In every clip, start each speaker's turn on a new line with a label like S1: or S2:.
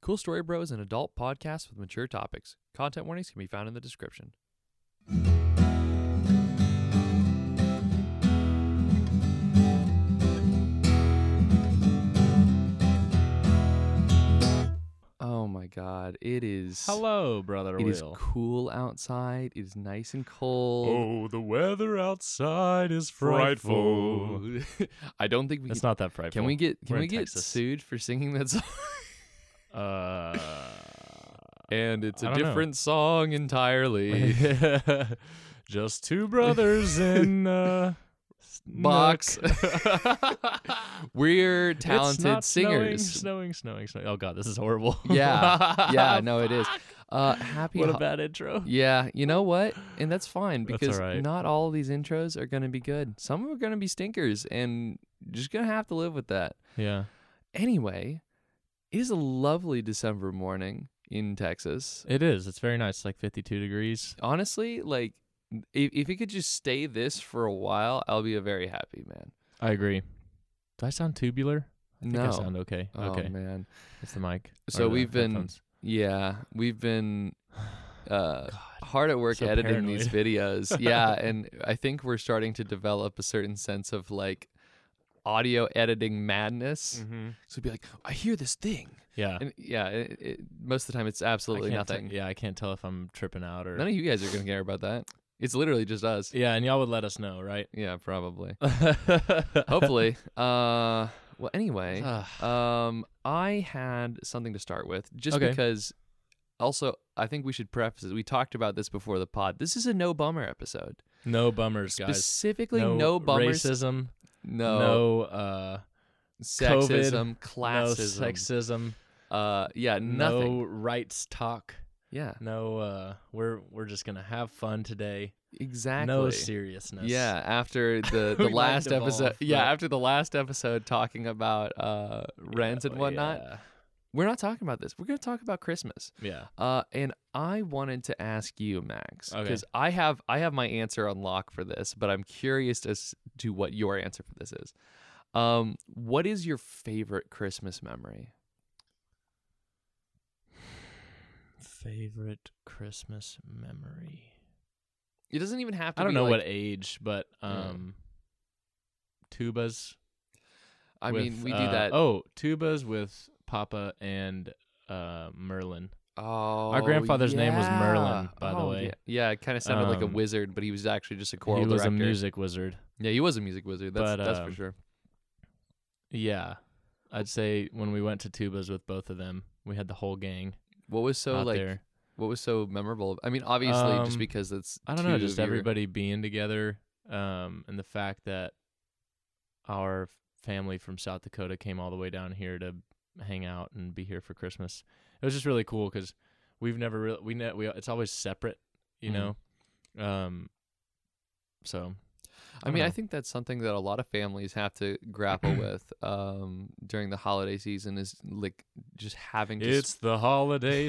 S1: Cool Story Bro is an adult podcast with mature topics. Content warnings can be found in the description. Oh my god, it is
S2: Hello, brother
S1: It is
S2: Will.
S1: cool outside. It is nice and cold.
S2: Oh, the weather outside is
S1: I don't think we
S2: It's
S1: can,
S2: not that frightful.
S1: can we get can
S2: We're
S1: we
S2: in
S1: get
S2: Texas.
S1: sued for singing that song?
S2: Uh,
S1: and it's a
S2: I don't know.
S1: different song entirely.
S2: just two brothers in uh, a s-
S1: Box.
S2: nook.
S1: We're
S2: It's
S1: talented
S2: not
S1: singers.
S2: Snowing, snowing, snowing, snowing. Oh god, this is horrible.
S1: Yeah. Yeah, no, it is. Uh, happy.
S2: Oh, What a
S1: ho-
S2: bad intro.
S1: yeah, you know what? And that's fine
S2: That's
S1: because
S2: alright.
S1: not all of these intros are going to be good. Some are going to be stinkers, and you're just going to have to live with that.
S2: Yeah.
S1: Anyway, it is a lovely December morning in Texas.
S2: It is. It's very nice. Like 52 degrees.
S1: Honestly, like if, if it could just stay this for a while, I'll be a very happy man.
S2: I agree. Do I sound tubular? I think
S1: no.
S2: I sound okay.
S1: oh
S2: okay.
S1: man.
S2: It's the mic.
S1: So
S2: or the
S1: we've been-
S2: headphones.
S1: Yeah, we've been uh hard at work
S2: so
S1: editing these videos. yeah, and I think we're starting to develop a certain sense of like audio editing madness. So Mm, be like, I hear this thing.
S2: Yeah.
S1: And yeah, it, it, most of the time it's absolutely
S2: I can't te-
S1: nothing.
S2: yeah, I can't tell if I'm tripping out or.
S1: None of you guys are going to care about that. It's literally just us.
S2: yeah, and y'all would let us know, right?
S1: Yeah, probably.
S2: Hopefully.
S1: Hopefully. uh well anyway,
S2: Ah,
S1: um I had something to start with just
S2: Okay.
S1: because also I think we should preface this. We talked about this before the pod. This is a no bummer episode.
S2: no bummers, guys.
S1: Specifically no, bummers.
S2: racism.
S1: No,
S2: No, uh,
S1: sexism, classism.
S2: no sexism.
S1: uh yeah, nothing.
S2: No rights talk.
S1: Yeah.
S2: No, uh, we're we're just gonna have fun today.
S1: Exactly.
S2: No seriousness.
S1: Yeah, after the the
S2: We
S1: last
S2: liked 'em all,
S1: episode, yeah,
S2: but-
S1: after the last episode talking about uh rent and
S2: Oh,
S1: whatnot, we're not talking about this. We're going to talk about Christmas.
S2: Yeah.
S1: Uh, and I wanted to ask you, Max,
S2: Okay.
S1: because I have I have my answer on lock for this, but I'm curious as to what your answer for this is. Um, what is your favorite Christmas memory?
S2: Favorite Christmas memory.
S1: It doesn't even have to.
S2: I don't
S1: be
S2: know
S1: like-
S2: what age, but
S1: Yeah.
S2: um, tubas.
S1: I
S2: with,
S1: mean. We do
S2: uh,
S1: that. Oh,
S2: Oh, tubas with Papa and uh, Merlin. grandfather's name was Merlin,
S1: Oh, yeah.
S2: by the
S1: Oh,
S2: way.
S1: Yeah, yeah it kind of sounded like a
S2: Um,
S1: wizard, but he was actually just a choral
S2: he was
S1: director.
S2: a music wizard.
S1: yeah, he was a music wizard. That's
S2: But,
S1: that's for
S2: um,
S1: sure.
S2: Yeah, I'd say when we went to tubas with both of them, we had the whole gang
S1: What was so
S2: out
S1: like?
S2: there.
S1: What was so memorable? I mean, obviously, just
S2: Um,
S1: because it's
S2: I don't
S1: two
S2: know,
S1: of
S2: just
S1: your-
S2: everybody being together, um, and the fact that our f- family from South Dakota came all the way down here to hang out and be here for Christmas. It was just really cool because we've never really we ne- we it's always separate, you
S1: Mhm.
S2: know. Um, so
S1: I mean, I
S2: dunno.
S1: think that's something that a lot of families have to grapple with um, during the holiday season is like just having to
S2: It's
S1: s-
S2: the holiday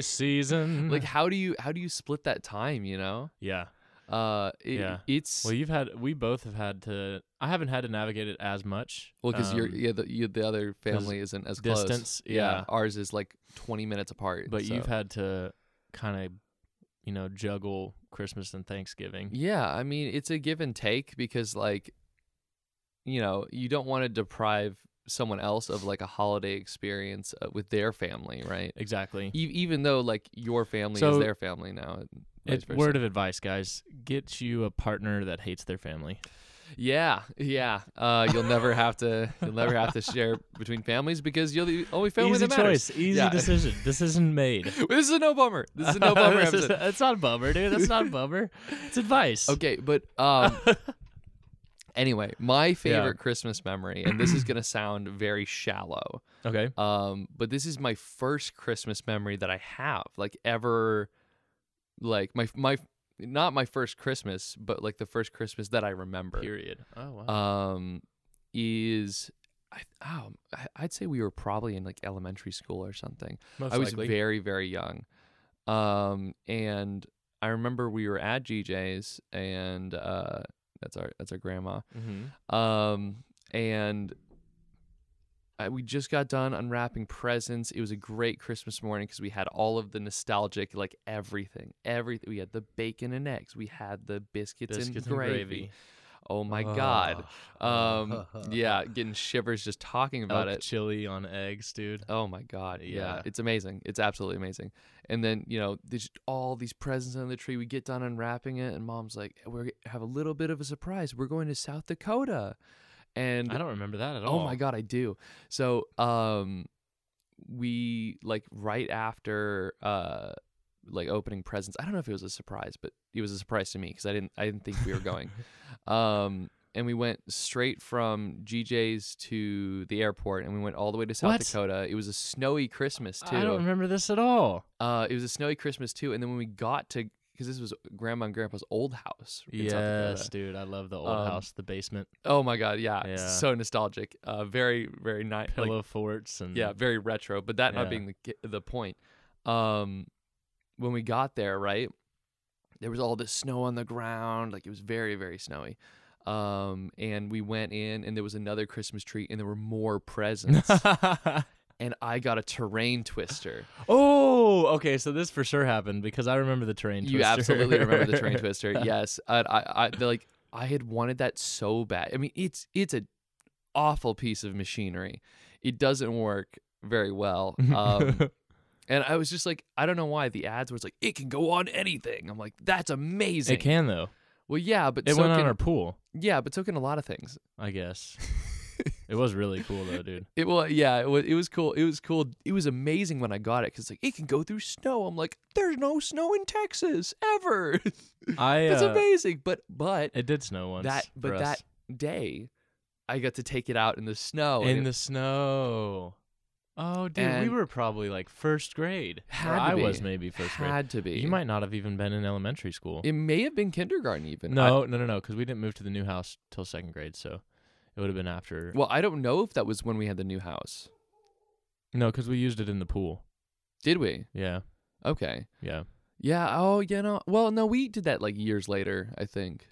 S2: season.
S1: like how do you how do you split that time? You know,
S2: yeah.
S1: uh, it,
S2: Yeah.
S1: it's
S2: Well,
S1: well
S2: you've had we both have had to. I haven't had to navigate it as much.
S1: because you're
S2: um,
S1: yeah the you, the other
S2: 'cause
S1: family isn't as close.
S2: distance, yeah.
S1: ours is like twenty minutes apart.
S2: But you've
S1: so-
S2: had to kind of, you know, juggle Christmas and Thanksgiving.
S1: yeah, I mean, it's a give and take because like, you know, you don't want to deprive someone else of like a holiday experience uh, with their family, right?
S2: Exactly.
S1: E- even though like your family is
S2: So-
S1: their family now. and vice
S2: It's
S1: versa.
S2: word of advice, guys: get you a partner that hates their family.
S1: Yeah, yeah. Uh, you'll never have to. You'll never have to share between families because you're the only family
S2: easy
S1: that matters.
S2: choice, easy
S1: Yeah.
S2: decision. Decision made.
S1: This is a no bummer. This is a no bummer
S2: This is-
S1: episode.
S2: It's not a bummer, dude. That's not a bummer. It's advice.
S1: Okay, but um, anyway, my favorite Christmas memory, and this is gonna sound very shallow,
S2: Okay.
S1: um, but this is my first Christmas memory that I have, like ever, like my my not my first Christmas, but like the first Christmas that I remember.
S2: Period. Oh wow.
S1: um, is I, oh, I- I'd say we were probably in like elementary school or something.
S2: Most
S1: I was
S2: likely.
S1: very very young, um, and I remember we were at GJ's, and uh, that's our that's our grandma,
S2: mm-hmm.
S1: um, and Um, I, we just got done unwrapping presents. It was a great Christmas morning because we had all of the nostalgic, like everything, everything. We had the bacon and eggs. We had the biscuits,
S2: Biscuits
S1: and, gravy. Oh my god. Um, yeah, getting shivers just talking about
S2: Elk
S1: it.
S2: chili on eggs, dude.
S1: Oh my god. Yeah.
S2: Oh, Yeah.
S1: It's amazing. It's absolutely amazing. And then, you know, there's just all these presents under the tree. We get done unwrapping it and mom's like, "We are have a little bit of a surprise. We're going to South Dakota." And
S2: I don't remember that at all.
S1: oh my god, I do. So, um we like right after uh like opening presents. I don't know if it was a surprise, but it was a surprise to me cuz I didn't I didn't think we were going. um and we went straight from GJ's to the airport and we went all the way to South
S2: What?
S1: Dakota. It was a snowy Christmas too.
S2: I don't remember this at all.
S1: Uh, it was a snowy Christmas too. And then when we got to, because this was grandma and grandpa's old house. in South Dakota.
S2: Yes, dude. I love the old
S1: Um,
S2: house, the basement,
S1: Oh my God. Yeah.
S2: Yeah.
S1: So nostalgic. Uh, very, very nice.
S2: pillow forts, and
S1: yeah. Very retro, but that
S2: Mm-hmm. Yeah.
S1: not being the, ki- the point. Um, when we got there, right, there was all this snow on the ground. Like it was very, very snowy. Um, and we went in and there was another Christmas tree and there were more presents. and I got a terrain twister.
S2: oh, okay. So this for sure happened because I remember the terrain.
S1: You absolutely remember the
S2: terrain
S1: train twister. Yes, I, I, I they're like I had wanted that so bad. I mean, it's it's an awful piece of machinery. It doesn't work very well. Um, and I was just like, I don't know why the ads were just like, it can go on anything. I'm like, that's amazing.
S2: it can though.
S1: Well, yeah, but
S2: It
S1: so
S2: went on
S1: can-
S2: our pool,
S1: yeah, but so can a lot of things.
S2: I guess. it was really cool though, dude.
S1: It well, yeah, it was, it was cool. It was cool. It was amazing when I got it because like it can go through snow. I'm like, there's no snow in Texas ever.
S2: I
S1: that's
S2: uh,
S1: amazing. But but
S2: It did snow once.
S1: That- but
S2: for
S1: that-
S2: us.
S1: day, I got to take it out in the snow. and
S2: in
S1: it-
S2: the snow. Oh, dude, we
S1: Oh, And-
S2: were probably like first grade. Or
S1: Had to
S2: I
S1: be.
S2: was maybe first grade.
S1: had to be.
S2: You might not have even been in elementary school.
S1: It may have been kindergarten even. I-
S2: no, no, no, no, because we didn't move to the new house till second grade, so it would have been after.
S1: well, I don't know if that was when we had the new house.
S2: No, because we used it in the pool.
S1: Did we?
S2: Yeah,
S1: Okay.
S2: yeah,
S1: Yeah. Oh, you know. Well, no, we did that like years later, I think.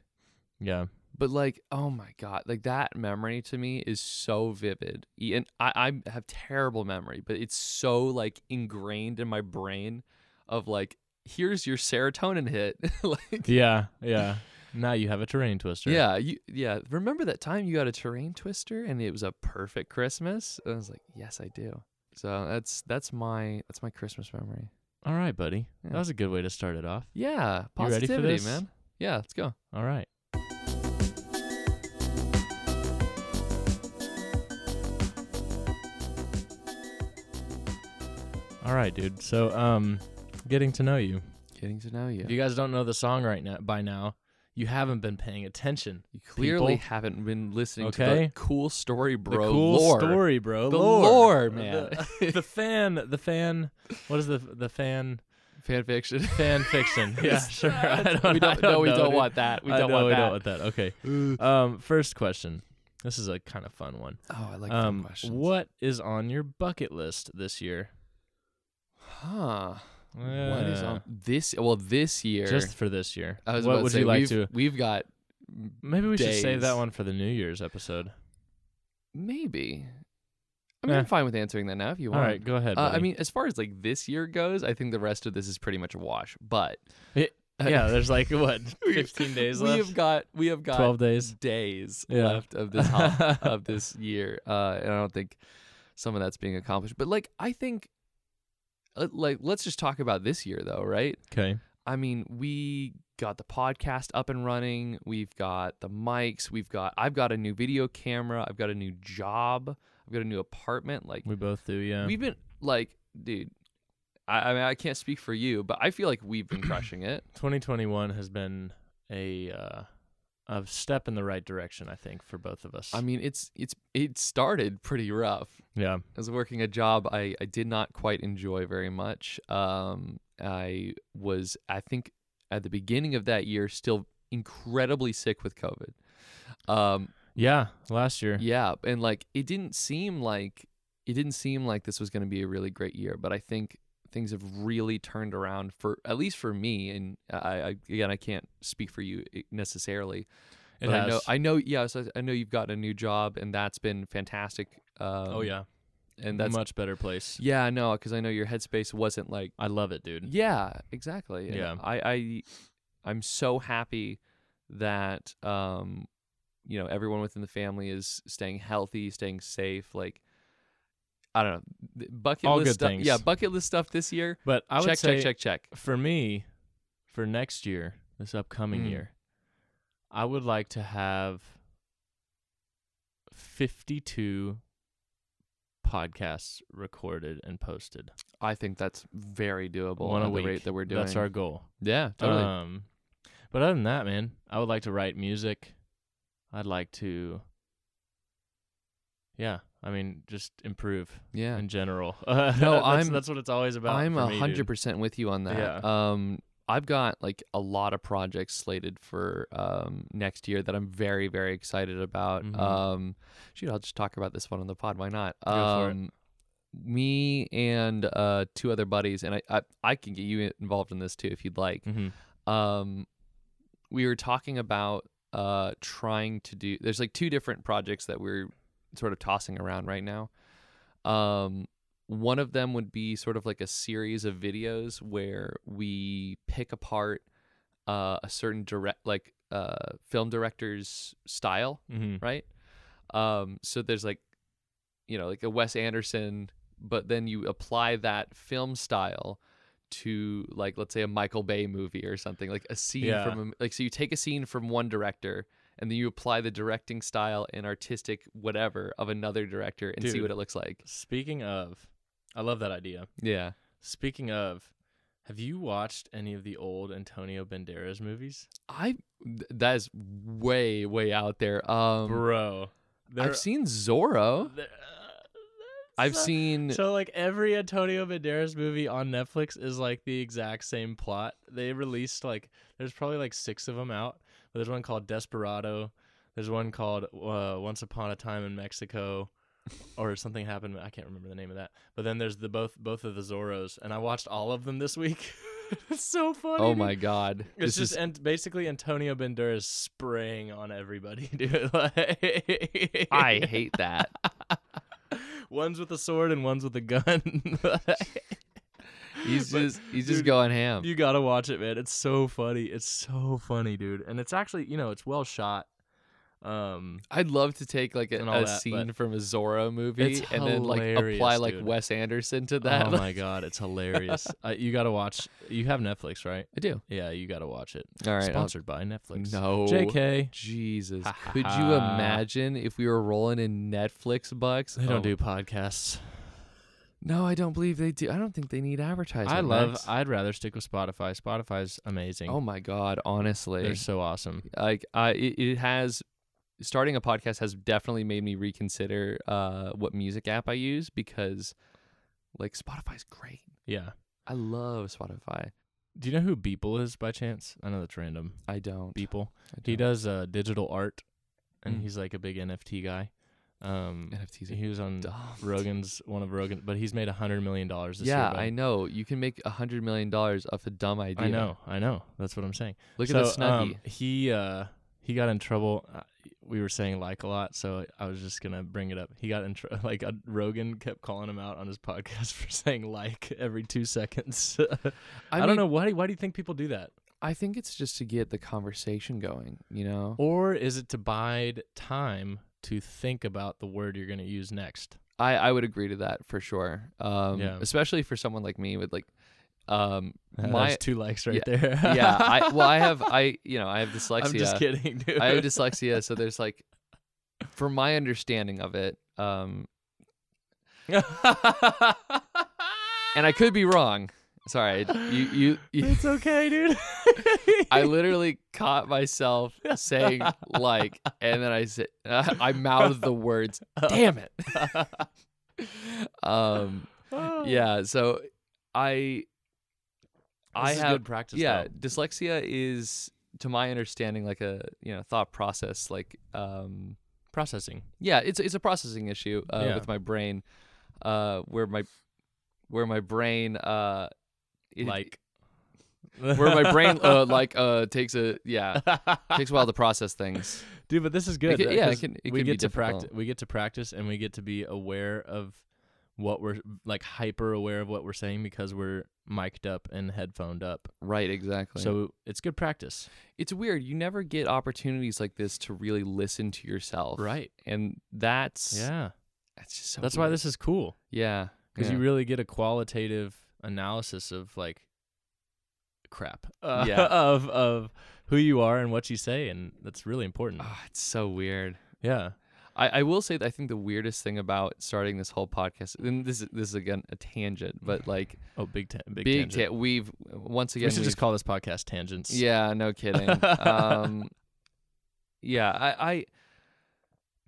S2: yeah.
S1: But like, oh my god, like that memory to me is so vivid, E- and I, I have terrible memory, but it's so like ingrained in my brain, of like, here's your serotonin hit, like
S2: Yeah, yeah. Now you have a terrain twister.
S1: Yeah, you yeah. Remember that time you got a terrain twister and it was a perfect Christmas? I was like, yes, I do. So that's that's my that's my Christmas memory.
S2: All right, buddy. That
S1: Yeah.
S2: was a good way to start it off.
S1: Yeah,
S2: You
S1: positivity,
S2: ready for this?
S1: man. Yeah, let's go.
S2: All right. All right, dude. So, um, getting to know you.
S1: Getting to know you.
S2: If
S1: You,
S2: you guys don't know the song right now, by now, you haven't been paying attention.
S1: clearly
S2: people.
S1: haven't been listening to
S2: Okay.
S1: the cool story, bro.
S2: the cool
S1: lore.
S2: story, bro.
S1: The
S2: lore,
S1: lore, man.
S2: The, the fan, the fan. What is the the fan
S1: fan fiction.
S2: fan fiction? Yeah,
S1: Yes.
S2: sure. I
S1: That's-
S2: don't-
S1: we
S2: I
S1: don't,
S2: don't
S1: no, we
S2: know,
S1: don't
S2: dude.
S1: want that. We
S2: I
S1: don't
S2: know
S1: want
S2: we
S1: that.
S2: don't want that. Okay. Um, first question. This is a kind of fun one.
S1: oh, I like
S2: Um,
S1: that question.
S2: what is on your bucket list this year?
S1: Huh? What is
S2: Yeah.
S1: on this? Well, this year.
S2: Uh, just for this year?
S1: I was
S2: what
S1: about to
S2: would
S1: say,
S2: you like
S1: we've,
S2: to?
S1: We've got
S2: Maybe we should save that
S1: days.
S2: one for the New Year's episode.
S1: Maybe. I mean,
S2: Eh.
S1: I'm fine with answering that now if you
S2: All
S1: want.
S2: right, go ahead.
S1: Uh, I
S2: buddy.
S1: mean, as far as like this year goes, I think the rest of this is pretty much a wash. But
S2: yeah, there's like what
S1: We-
S2: 15 days
S1: we
S2: left.
S1: have got we have got
S2: 12 days.
S1: days
S2: Yeah.
S1: left of this hol- of this year, uh, and I don't think some of that's being accomplished. But like, I think, uh, like, let's just talk about this year though, right?
S2: Okay.
S1: I mean, we got the podcast up and running. We've got the mics. We've got I've got a new video camera. I've got a new job. I've got a new apartment. Like.
S2: We both do, yeah.
S1: we've been like, dude. I, I mean, I can't speak for you, but I feel like we've been crushing it.
S2: 2021 has been a uh, a step in the right direction, I think, for both of us.
S1: I mean, it's it's it started pretty rough.
S2: yeah.
S1: I was working a job I I did not quite enjoy very much. Um, I was I think at the beginning of that year still incredibly sick with COVID. Um,
S2: Yeah, last year.
S1: yeah, and like it didn't seem like it didn't seem like this was going to be a really great year, but I think things have really turned around for at least for me and I, I again I can't speak for you eh, necessarily
S2: It
S1: but
S2: has.
S1: I know I know yeah so I know you've gotten a new job and that's been fantastic um,
S2: oh yeah.
S1: and that's
S2: much better place.
S1: yeah, no, because I know your headspace wasn't like
S2: I love it, dude.
S1: yeah, exactly. And
S2: Yeah.
S1: I I I'm so happy that um you know everyone within the family is staying healthy, staying safe. Like I don't know Th- bucket
S2: All
S1: list
S2: good
S1: stuff.
S2: things.
S1: Yeah, bucket list stuff this year.
S2: But I would
S1: check
S2: say
S1: check check check.
S2: for me, for next year, this upcoming
S1: Mm.
S2: year, I would like to have 52 podcasts recorded and posted.
S1: I think that's very doable
S2: One a
S1: at the
S2: week.
S1: rate that we're doing.
S2: That's our goal.
S1: yeah totally.
S2: Um, but other than that, man, I would like to write music. I'd like to, yeah. I mean, just improve
S1: yeah.
S2: in general.
S1: No,
S2: that's,
S1: I'm-
S2: that's what it's always about.
S1: I'm
S2: for
S1: a
S2: me, dude.
S1: hundred percent with you on that. Um, I've got like a lot of projects slated for um next year that I'm very very excited about.
S2: Mhm.
S1: Um, shoot, I'll just talk about this one on the pod. Why not?
S2: Go for it.
S1: Um, me and uh two other buddies, and I, I I can get you involved in this too if you'd like
S2: Mhm.
S1: um we were talking about uh trying to do there's like two different projects that we're sort of tossing around right now um one of them would be sort of like a series of videos where we pick apart uh, a certain direct like uh film director's style
S2: Mhm.
S1: right? Um, so there's like, you know, like a Wes Anderson, but then you apply that film style to like let's say a Michael Bay movie or something, like a scene
S2: Yeah.
S1: from a, like so you take a scene from one director and then you apply the directing style and artistic whatever of another director and see
S2: Dude.
S1: what it looks like.
S2: Speaking of, I love that idea.
S1: Yeah.
S2: Speaking of, have you watched any of the old Antonio Banderas movies,
S1: I th- that is way way out there. Um
S2: bro? they're-
S1: I've seen Zorro.
S2: they're- uh,
S1: I've
S2: so-
S1: seen
S2: So like every Antonio Banderas movie on Netflix is like the exact same plot. They released like there's probably like six of them out. But there's one called Desperado. There's one called uh, Once Upon a Time in Mexico, or something happened. I can't remember the name of that. But then there's the both both of the Zorros, and I watched all of them this week. it's so funny.
S1: Oh
S2: dude.
S1: my god. This
S2: It's just
S1: is
S2: and basically Antonio Banderas spraying on everybody, dude. Like-
S1: I hate that.
S2: one's with a sword and one's with a gun.
S1: He's
S2: But,
S1: just he's just
S2: dude,
S1: going ham.
S2: you gotta watch it, man. It's so funny. It's so funny, dude. And it's actually, you know, it's well shot. Um,
S1: I'd love to take like a,
S2: and all
S1: a
S2: that, but-
S1: scene from a Zorro movie
S2: It's
S1: and then like apply
S2: hilarious,
S1: like
S2: dude.
S1: Wes Anderson to that.
S2: oh my god, it's hilarious. uh, you gotta watch. You have Netflix, right?
S1: I do.
S2: Yeah, you gotta watch it.
S1: All right. I'll-
S2: Sponsored by Netflix.
S1: No.
S2: Jk.
S1: Jesus. Could you imagine if we were rolling in Netflix bucks?
S2: They don't
S1: Oh.
S2: do podcasts.
S1: No, I don't believe they do. I don't think they need advertising.
S2: I love.
S1: Max.
S2: I'd rather stick with Spotify. Spotify's amazing.
S1: oh my god, honestly.
S2: they're so awesome.
S1: like I it, it has starting a podcast has definitely made me reconsider uh what music app I use because like Spotify's great.
S2: Yeah.
S1: I love Spotify.
S2: Do you know who Beeple is by chance? I know that's random.
S1: I don't.
S2: Beeple.
S1: I
S2: He
S1: don't.
S2: does uh, digital art, and
S1: Mm.
S2: he's like a big NFT guy. Um,
S1: NFTs.
S2: he was on
S1: dumb.
S2: Rogan's one of Rogan, but he's made a hundred million dollars this
S1: yeah, I
S2: year.
S1: know. You can make a hundred million dollars off a dumb idea.
S2: I know, I know. That's what I'm saying.
S1: Look
S2: so,
S1: at the snuggie.
S2: um, he uh, he got in trouble. Uh, We were saying like a lot, so I was just gonna bring it up. He got in tr- like uh, Rogan kept calling him out on his podcast for saying like every two seconds. I, don't
S1: mean,
S2: know why. Why do you think people do that?
S1: I think it's just to get the conversation going. You know.
S2: Or is it to bide time to think about the word you're going to use next?
S1: I I would agree to that for sure. Um,
S2: Yeah.
S1: especially for someone like me with like, um,
S2: Uh,
S1: my
S2: That's two likes right there.
S1: yeah. I well, I have I you know I have dyslexia.
S2: I'm just kidding, dude.
S1: I have dyslexia, so there's like, for my understanding of it, um, and I could be wrong. Sorry, you you. you
S2: it's okay, dude.
S1: I literally caught myself saying like, and then I said, I mouthed the words. Damn it. um.
S2: Oh.
S1: Yeah. So, I. I
S2: This is
S1: have
S2: good practice.
S1: yeah.
S2: though.
S1: Dyslexia is, to my understanding, like a you know thought process. Like um.
S2: processing.
S1: Yeah. It's it's a processing issue uh,
S2: Yeah.
S1: with my brain, uh, where my, where my brain uh. it-
S2: like
S1: where my brain uh, like uh takes a yeah takes a while to process things.
S2: dude but this is good
S1: can-
S2: uh,
S1: yeah, it
S2: 'cause
S1: can- it
S2: we
S1: can
S2: get
S1: be
S2: to
S1: difficult.
S2: practice we get to practice and we get to be aware of what we're like hyper aware of what we're saying because we're mic'd up and headphoned up.
S1: Right, exactly.
S2: So it's good practice.
S1: it's weird. You never get opportunities like this to really listen to yourself.
S2: Right.
S1: And that's
S2: Yeah.
S1: that's just so
S2: That's why
S1: weird.
S2: this is cool
S1: Yeah.
S2: because
S1: yeah.
S2: you really get a qualitative analysis of like crap uh,
S1: Yeah.
S2: of of who you are and what you say and that's really important.
S1: Ah, it's so weird.
S2: yeah.
S1: I, I will say that I think the weirdest thing about starting this whole podcast, and this is this is again a tangent, but like
S2: Oh, big ta- big,
S1: big,
S2: tangent.
S1: ta- we've once again
S2: we should
S1: we've-
S2: just call this podcast tangents.
S1: Yeah, no kidding. um, yeah, I,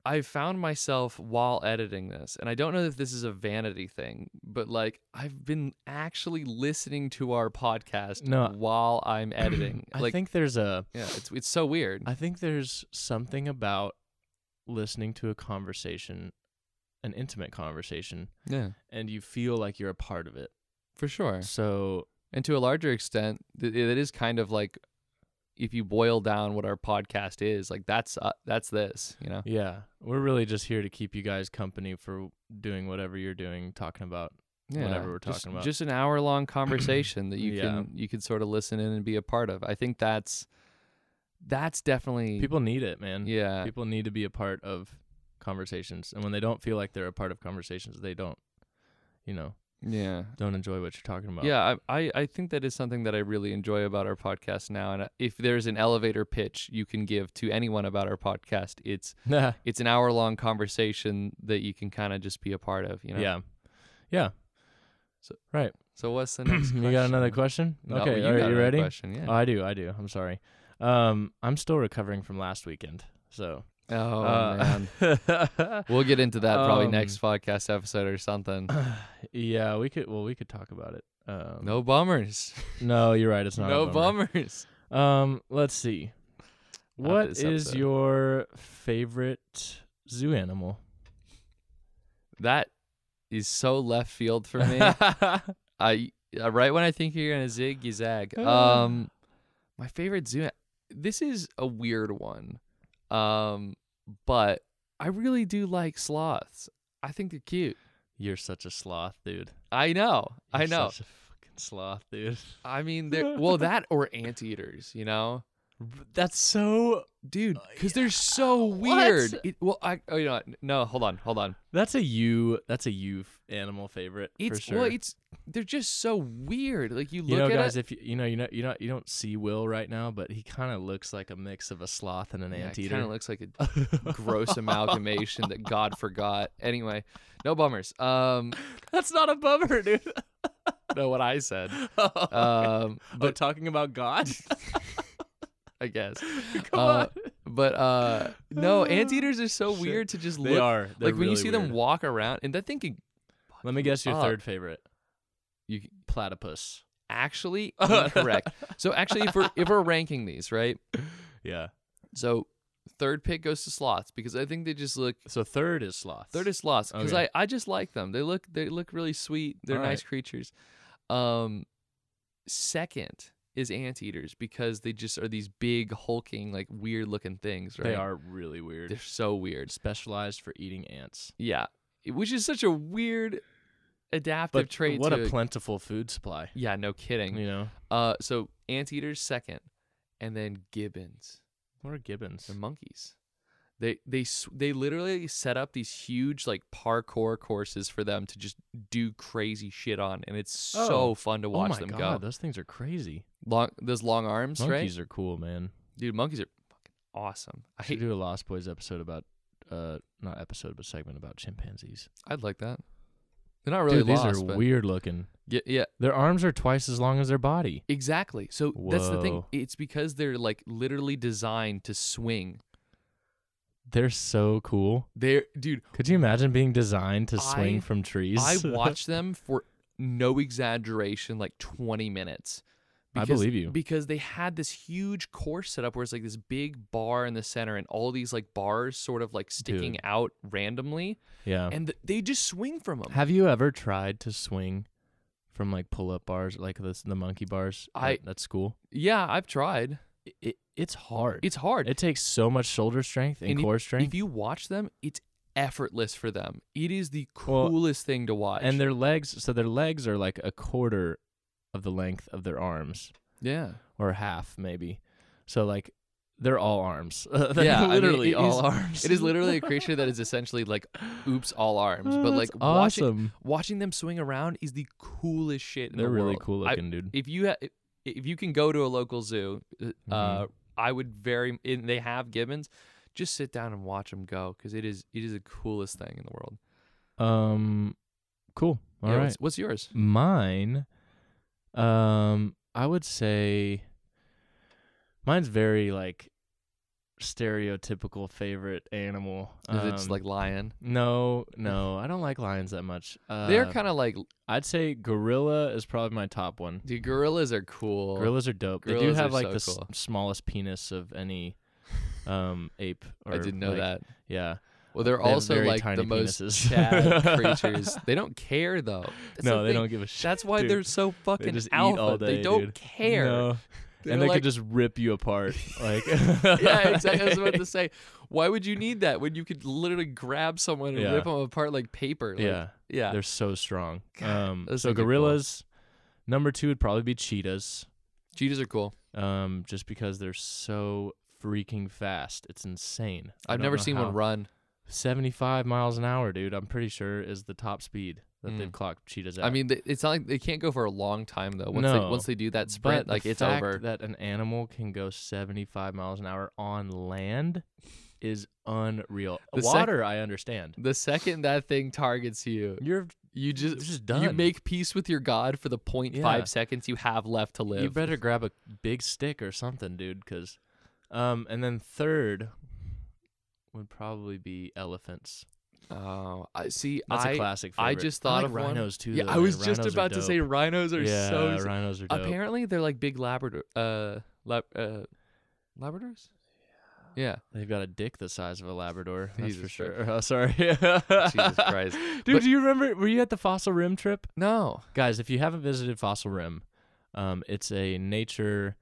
S1: I I found myself while editing this, and I don't know if this is a vanity thing, but like I've been actually listening to our podcast
S2: No.
S1: while I'm editing.
S2: I
S1: like,
S2: think there's a
S1: yeah, it's it's so weird.
S2: I think there's something about listening to a conversation, an intimate conversation,
S1: yeah,
S2: and you feel like you're a part of it.
S1: for sure.
S2: So
S1: And to a larger extent, th- it is kind of like if you boil down what our podcast is, like that's uh, that's this, you know.
S2: yeah, we're really just here to keep you guys company for doing whatever you're doing, talking about. whatever we're
S1: just-
S2: talking about.
S1: Just an hour long conversation that you
S2: Yeah.
S1: can you can sort of listen in and be a part of. I think that's that's definitely
S2: People need it, man.
S1: Yeah,
S2: People need to be a part of conversations, and when they don't feel like they're a part of conversations, they don't, you know,
S1: yeah,
S2: don't enjoy what you're talking about.
S1: yeah. I, I I think that is something that I really enjoy about our podcast now. And uh, if there's an elevator pitch you can give to anyone about our podcast, it's
S2: Yeah.
S1: it's an hour long conversation that you can kind of just be a part of. You know.
S2: Yeah. Yeah.
S1: So what's the next? question?
S2: You got another question?
S1: No,
S2: okay.
S1: you
S2: all right.
S1: got
S2: You
S1: another
S2: ready?
S1: Question.
S2: Oh,
S1: Yeah.
S2: I do. I do. I'm sorry. Um, I'm still recovering from last weekend. So.
S1: oh
S2: uh,
S1: man. We'll get into that probably
S2: Um,
S1: next podcast episode or something.
S2: yeah, we could. Well, we could talk about it. Um,
S1: No bummers.
S2: No, you're right. It's not. a
S1: no
S2: bummer.
S1: bummers.
S2: Um, let's see.
S1: Not
S2: What
S1: this
S2: is
S1: episode.
S2: your favorite zoo animal?
S1: That is so left field for me. I uh, right when I think you're gonna zig, you zag.
S2: Ah.
S1: Um, my favorite zoo. This is a weird one, um, but I really do like sloths. I think they're cute.
S2: you're such a sloth, dude.
S1: I know. I
S2: You're
S1: know.
S2: Such a fucking sloth, dude.
S1: I mean, they're well that or anteaters. You know,
S2: That's so.
S1: dude,
S2: Uh,
S1: because they're so
S2: What?
S1: weird. It, well, I oh you know what? no. Hold on, hold on.
S2: That's a you. That's a you f- animal favorite
S1: It's
S2: for sure.
S1: well, it's they're just so weird. Like you look
S2: you know,
S1: at it.
S2: guys, if you, you know, you know, you know, you don't see Will right now, but he kind of looks like a mix of a sloth and an
S1: Yeah, It kind of
S2: anteater.
S1: looks like a gross amalgamation that God forgot. Anyway, no bummers. Um,
S2: That's not a bummer, dude. Oh,
S1: know what I said.
S2: Uh, but
S1: Um, but
S2: talking about God,
S1: I guess.
S2: come
S1: Uh,
S2: on,
S1: But uh, no, anteaters are so
S2: Shit.
S1: weird to just
S2: they
S1: look.
S2: are.
S1: like when you see them walk around, and that thing can
S2: Let me guess your
S1: up.
S2: third favorite.
S1: You-
S2: platypus.
S1: actually incorrect. so actually, if we're if we're ranking these, right?
S2: Yeah.
S1: So third pick goes to sloths because I think they just look.
S2: So third is sloth.
S1: They're just sloths because
S2: Okay.
S1: I, I just like them. They look they look really sweet. They're
S2: Oh, All
S1: nice creatures. Um, second is anteaters because they just are these big hulking like weird looking things. Right?
S2: they are really weird.
S1: They're so weird.
S2: specialized for eating ants.
S1: Yeah, It- which is such a weird adaptive
S2: But
S1: trait.
S2: what
S1: to
S2: a plentiful food supply.
S1: yeah, no kidding.
S2: You know,
S1: Uh, so anteaters second, and then gibbons.
S2: what are gibbons?
S1: They're monkeys. They they s- they literally set up these huge like parkour courses for them to just do crazy shit on, and it's so
S2: Oh.
S1: fun to
S2: oh
S1: watch
S2: my
S1: them
S2: god,
S1: go.
S2: those things are crazy.
S1: Long those long arms,
S2: Monkeys are cool, man.
S1: right? Dude, monkeys are fucking awesome. I
S2: I should
S1: hate,
S2: do a Lost Boys episode about, uh, not episode but segment about chimpanzees.
S1: I'd like that. They're not really
S2: Dude,
S1: lost,
S2: these are
S1: but
S2: weird looking.
S1: yeah, yeah,
S2: Their arms are twice as long as their body.
S1: exactly. So that's the thing.
S2: Whoa.
S1: It's because they're like literally designed to swing.
S2: They're so cool.
S1: They're dude,
S2: Could you imagine being designed to swing
S1: I-
S2: from trees?
S1: I watched them for no exaggeration, like 20 minutes.
S2: I believe you.
S1: Because they had this huge course set up where it's like this big bar in the center and all these like bars sort of like sticking
S2: Dude.
S1: out randomly
S2: yeah.
S1: and th- they just swing from them.
S2: Have you ever tried to swing from like pull up bars, like this, the monkey bars
S1: I-
S2: at, at school?
S1: yeah, I've tried.
S2: It, it's hard.
S1: It's hard.
S2: It takes so much shoulder strength and,
S1: And
S2: core strength.
S1: if you watch them, it's effortless for them. It is the
S2: Well,
S1: coolest thing to watch.
S2: and their legs so their legs are like a quarter of the length of their arms
S1: yeah,
S2: or half maybe so like they're all arms they're
S1: Yeah, I mean,
S2: literally
S1: it
S2: all
S1: is-
S2: arms
S1: it is literally a creature that is essentially like, oops, all arms.
S2: Oh,
S1: but like watching
S2: awesome
S1: watching them swing around is the coolest shit in
S2: they're
S1: the
S2: really
S1: world.
S2: cool
S1: I-
S2: looking dude
S1: if you ha- if- if you can go to a local zoo, uh,
S2: Mm-hmm.
S1: uh, I would very. And they have gibbons. Just sit down and watch them go because it is it is the coolest thing in the world.
S2: um cool All right.
S1: Yeah, what's, what's yours?
S2: Mine, um, I would say mine's very like stereotypical favorite animal.
S1: Is it just
S2: Um,
S1: like lion?
S2: no, no, I don't like lions that much. Uh,
S1: They're kind of like
S2: I'd say gorilla is probably my top one.
S1: the gorillas are cool.
S2: Gorillas are dope. they do
S1: Gorillas
S2: have
S1: are
S2: like
S1: so
S2: the s-
S1: cool.
S2: smallest penis of any um ape. Or,
S1: I didn't know
S2: like-
S1: that.
S2: Yeah,
S1: Well, they're
S2: they have
S1: also
S2: very
S1: like
S2: tiny
S1: the most
S2: penises.
S1: sad creatures. They don't care though. That's
S2: no,
S1: the
S2: they
S1: thing.
S2: don't give a shit.
S1: That's why
S2: dude.
S1: they're so fucking
S2: just eat all
S1: alpha.
S2: day,
S1: they don't
S2: dude.
S1: care.
S2: No.
S1: They're
S2: and they
S1: like-
S2: could just rip you apart. Like,
S1: yeah, exactly. I was about to say, why would you need that when you could literally grab someone and
S2: Yeah.
S1: rip them apart like paper? Like,
S2: yeah,
S1: yeah.
S2: they're so strong.
S1: God,
S2: um,
S1: those
S2: so
S1: things are cool.
S2: gorillas. Number two would probably be cheetahs,
S1: Cheetahs are cool.
S2: um, just because they're so freaking fast. It's insane. I
S1: I've
S2: don't
S1: never
S2: know
S1: seen
S2: how-
S1: one run.
S2: Seventy-five miles an hour, dude. I'm pretty sure is the top speed that they've
S1: Mm.
S2: clocked cheetahs at.
S1: I mean, they, it's not like they can't go for a long time though. Once they
S2: No.
S1: once they do that
S2: but
S1: sprint,
S2: the
S1: like it's
S2: fact
S1: over.
S2: that an animal can go 75 miles an hour on land is unreal.
S1: The sec-
S2: Water, I understand.
S1: the second that thing targets you,
S2: You're
S1: you just
S2: It's just
S1: You
S2: done.
S1: make peace with your god for the 0.5
S2: Yeah.
S1: seconds you have left to live.
S2: You better grab a big stick or something, dude, cuz um and then third would probably be elephants.
S1: Oh, I see.
S2: That's a
S1: I-
S2: classic favorite.
S1: I just
S2: like
S1: thought of one.
S2: rhinos too.
S1: Yeah,
S2: though,
S1: I
S2: man.
S1: was just
S2: Rhinos are
S1: about to say
S2: dope.
S1: rhinos are
S2: yeah,
S1: so.
S2: rhinos are dope.
S1: Apparently, they're like big Labrador, uh, lab, uh, Labradors. Yeah,
S2: They've got a dick the size of a Labrador. That's for
S1: Jesus
S2: sure.
S1: Christ.
S2: Oh, sorry.
S1: Jesus Christ.
S2: Dude,
S1: But-
S2: do you remember? Were you at the Fossil Rim trip?
S1: No,
S2: guys if you haven't visited fossil rim um, it's a nature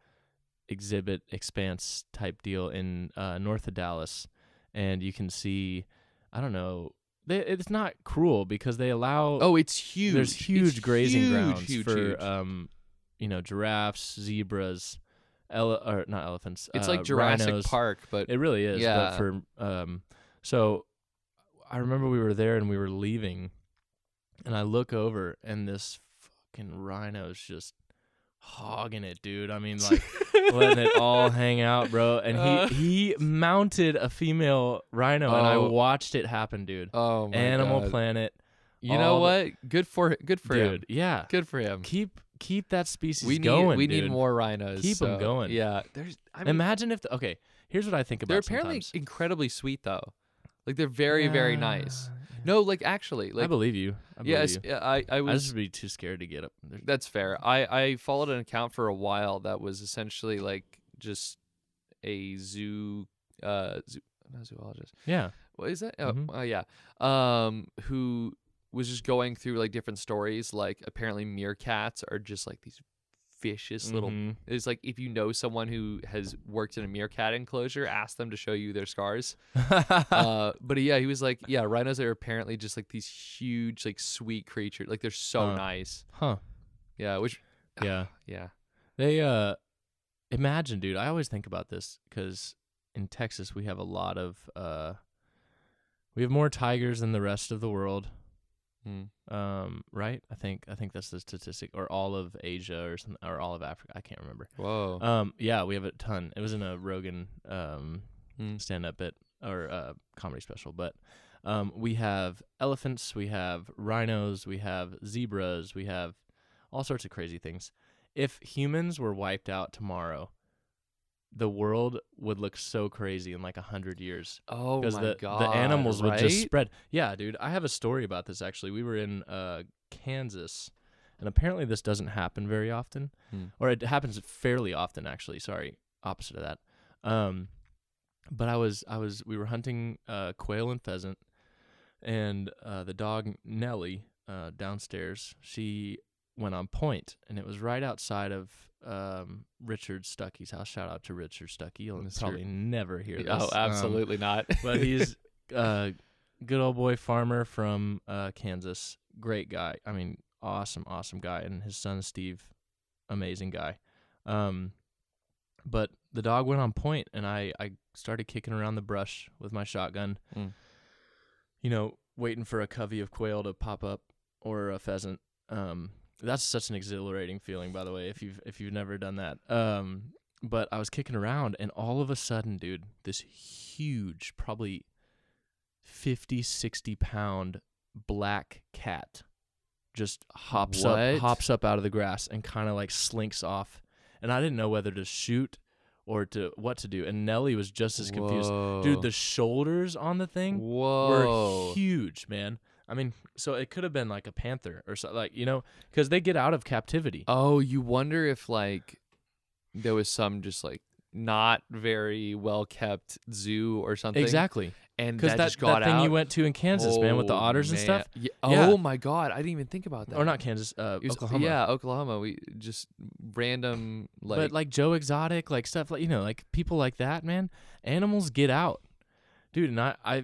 S2: exhibit expanse type deal in uh, north of dallas and you can see i don't know they, it's not cruel because they allow
S1: Oh, it's huge.
S2: there's
S1: It's
S2: huge grazing
S1: huge,
S2: grounds
S1: huge,
S2: for
S1: huge.
S2: um you know giraffes zebras ele- or not elephants
S1: it's
S2: uh,
S1: like Jurassic
S2: rhinos.
S1: Park, but
S2: It really is.
S1: Yeah.
S2: But for um, so I remember we were there and we were leaving, and I look over and this fucking rhino's just hogging it, dude. I mean, like letting it all hang out, bro. And he
S1: Uh.
S2: he mounted a female rhino, and I
S1: Oh.
S2: watched it happen, dude.
S1: oh my
S2: Animal
S1: God.
S2: Planet,
S1: You know
S2: all
S1: what? Good for good for
S2: dude.
S1: him.
S2: Yeah,
S1: Good for him.
S2: keep keep that species
S1: we need
S2: going.
S1: we
S2: dude.
S1: need more rhinos.
S2: Keep 'em
S1: so-
S2: going.
S1: Yeah, there's. I mean,
S2: Imagine if the, okay. Here's what I think about.
S1: they're apparently
S2: sometimes.
S1: incredibly sweet though. Like they're very very nice.
S2: Yeah.
S1: No, like actually, like
S2: I believe you. I believe
S1: yes,
S2: you.
S1: yeah, I I
S2: I
S1: was
S2: just would be too scared to get up. There's-
S1: That's fair. I I followed an account for a while that was essentially like just a zoo uh zoo, not zoologist.
S2: Yeah.
S1: What is that?
S2: Mhm.
S1: Oh, uh, yeah. Um who was just going through like different stories like apparently meerkats are just like these vicious little
S2: Mhm.
S1: it's like if you know someone who has worked in a meerkat enclosure ask them to show you their scars uh, but yeah he was like yeah rhinos are apparently just like these huge like sweet creatures like they're so
S2: Huh.
S1: nice
S2: huh.
S1: yeah which
S2: Yeah.
S1: yeah
S2: They uh imagine, dude, I always think about this cuz in Texas we have a lot of uh we have more tigers than the rest of the world.
S1: Mm.
S2: Um, right? I think I think that's the statistic or all of Asia or something or all of Africa. I can't remember.
S1: Whoa.
S2: Um, yeah, we have a ton. It was in a Rogan um,
S1: Mm.
S2: stand up bit or uh, comedy special, but um, we have elephants, we have rhinos, we have zebras, we have all sorts of crazy things. If humans were wiped out tomorrow, the world would look so crazy in like a hundred years
S1: oh my
S2: because the,
S1: god.
S2: the animals
S1: right?
S2: would just spread. Yeah, dude, I have a story about this actually. We were in uh, Kansas, and apparently this doesn't happen very often,
S1: Hmm.
S2: or it happens fairly often actually. Sorry, opposite of that. Um, but I was I was we were hunting uh, quail and pheasant, and uh, the dog Nellie uh, downstairs she went on point, and it was right outside of. Um, Richard Stuckey's house. Shout out to Richard Stuckey. You'll
S1: Mr.
S2: probably never hear this.
S1: Oh,
S2: Um,
S1: absolutely not.
S2: but he's uh good old boy farmer from uh, Kansas. Great guy. I mean, awesome, awesome guy. And his son Steve, amazing guy. Um, but the dog went on point, and I I started kicking around the brush with my shotgun.
S1: Mm.
S2: You know, waiting for a covey of quail to pop up or a pheasant. Um, that's such an exhilarating feeling, by the way. If you've if you've never done that, um, but I was kicking around, and all of a sudden, dude, this huge, probably 50 60 pound black cat just hops
S1: What?
S2: up hops up out of the grass and kind of like slinks off and i didn't know whether to shoot or to what to do and nelly was just as confused dude the shoulders on the thing
S1: Whoa.
S2: were huge man i mean so it could have been like a panther or so like you know because they get out of captivity
S1: Oh, you wonder if like there was some just like not very well kept zoo or something.
S2: exactly
S1: And
S2: because
S1: that,
S2: that,
S1: just got
S2: that thing
S1: out.
S2: you went to in kansas man with the
S1: Oh,
S2: otters and
S1: man.
S2: stuff
S1: Ye-
S2: Yeah.
S1: Oh my god, I didn't even think about that.
S2: or not kansas uh,
S1: It was-
S2: oklahoma
S1: Yeah, Oklahoma. We just random like,
S2: but like Joe Exotic, like stuff like you know, like people like that, man. Animals get out, dude. And I, I,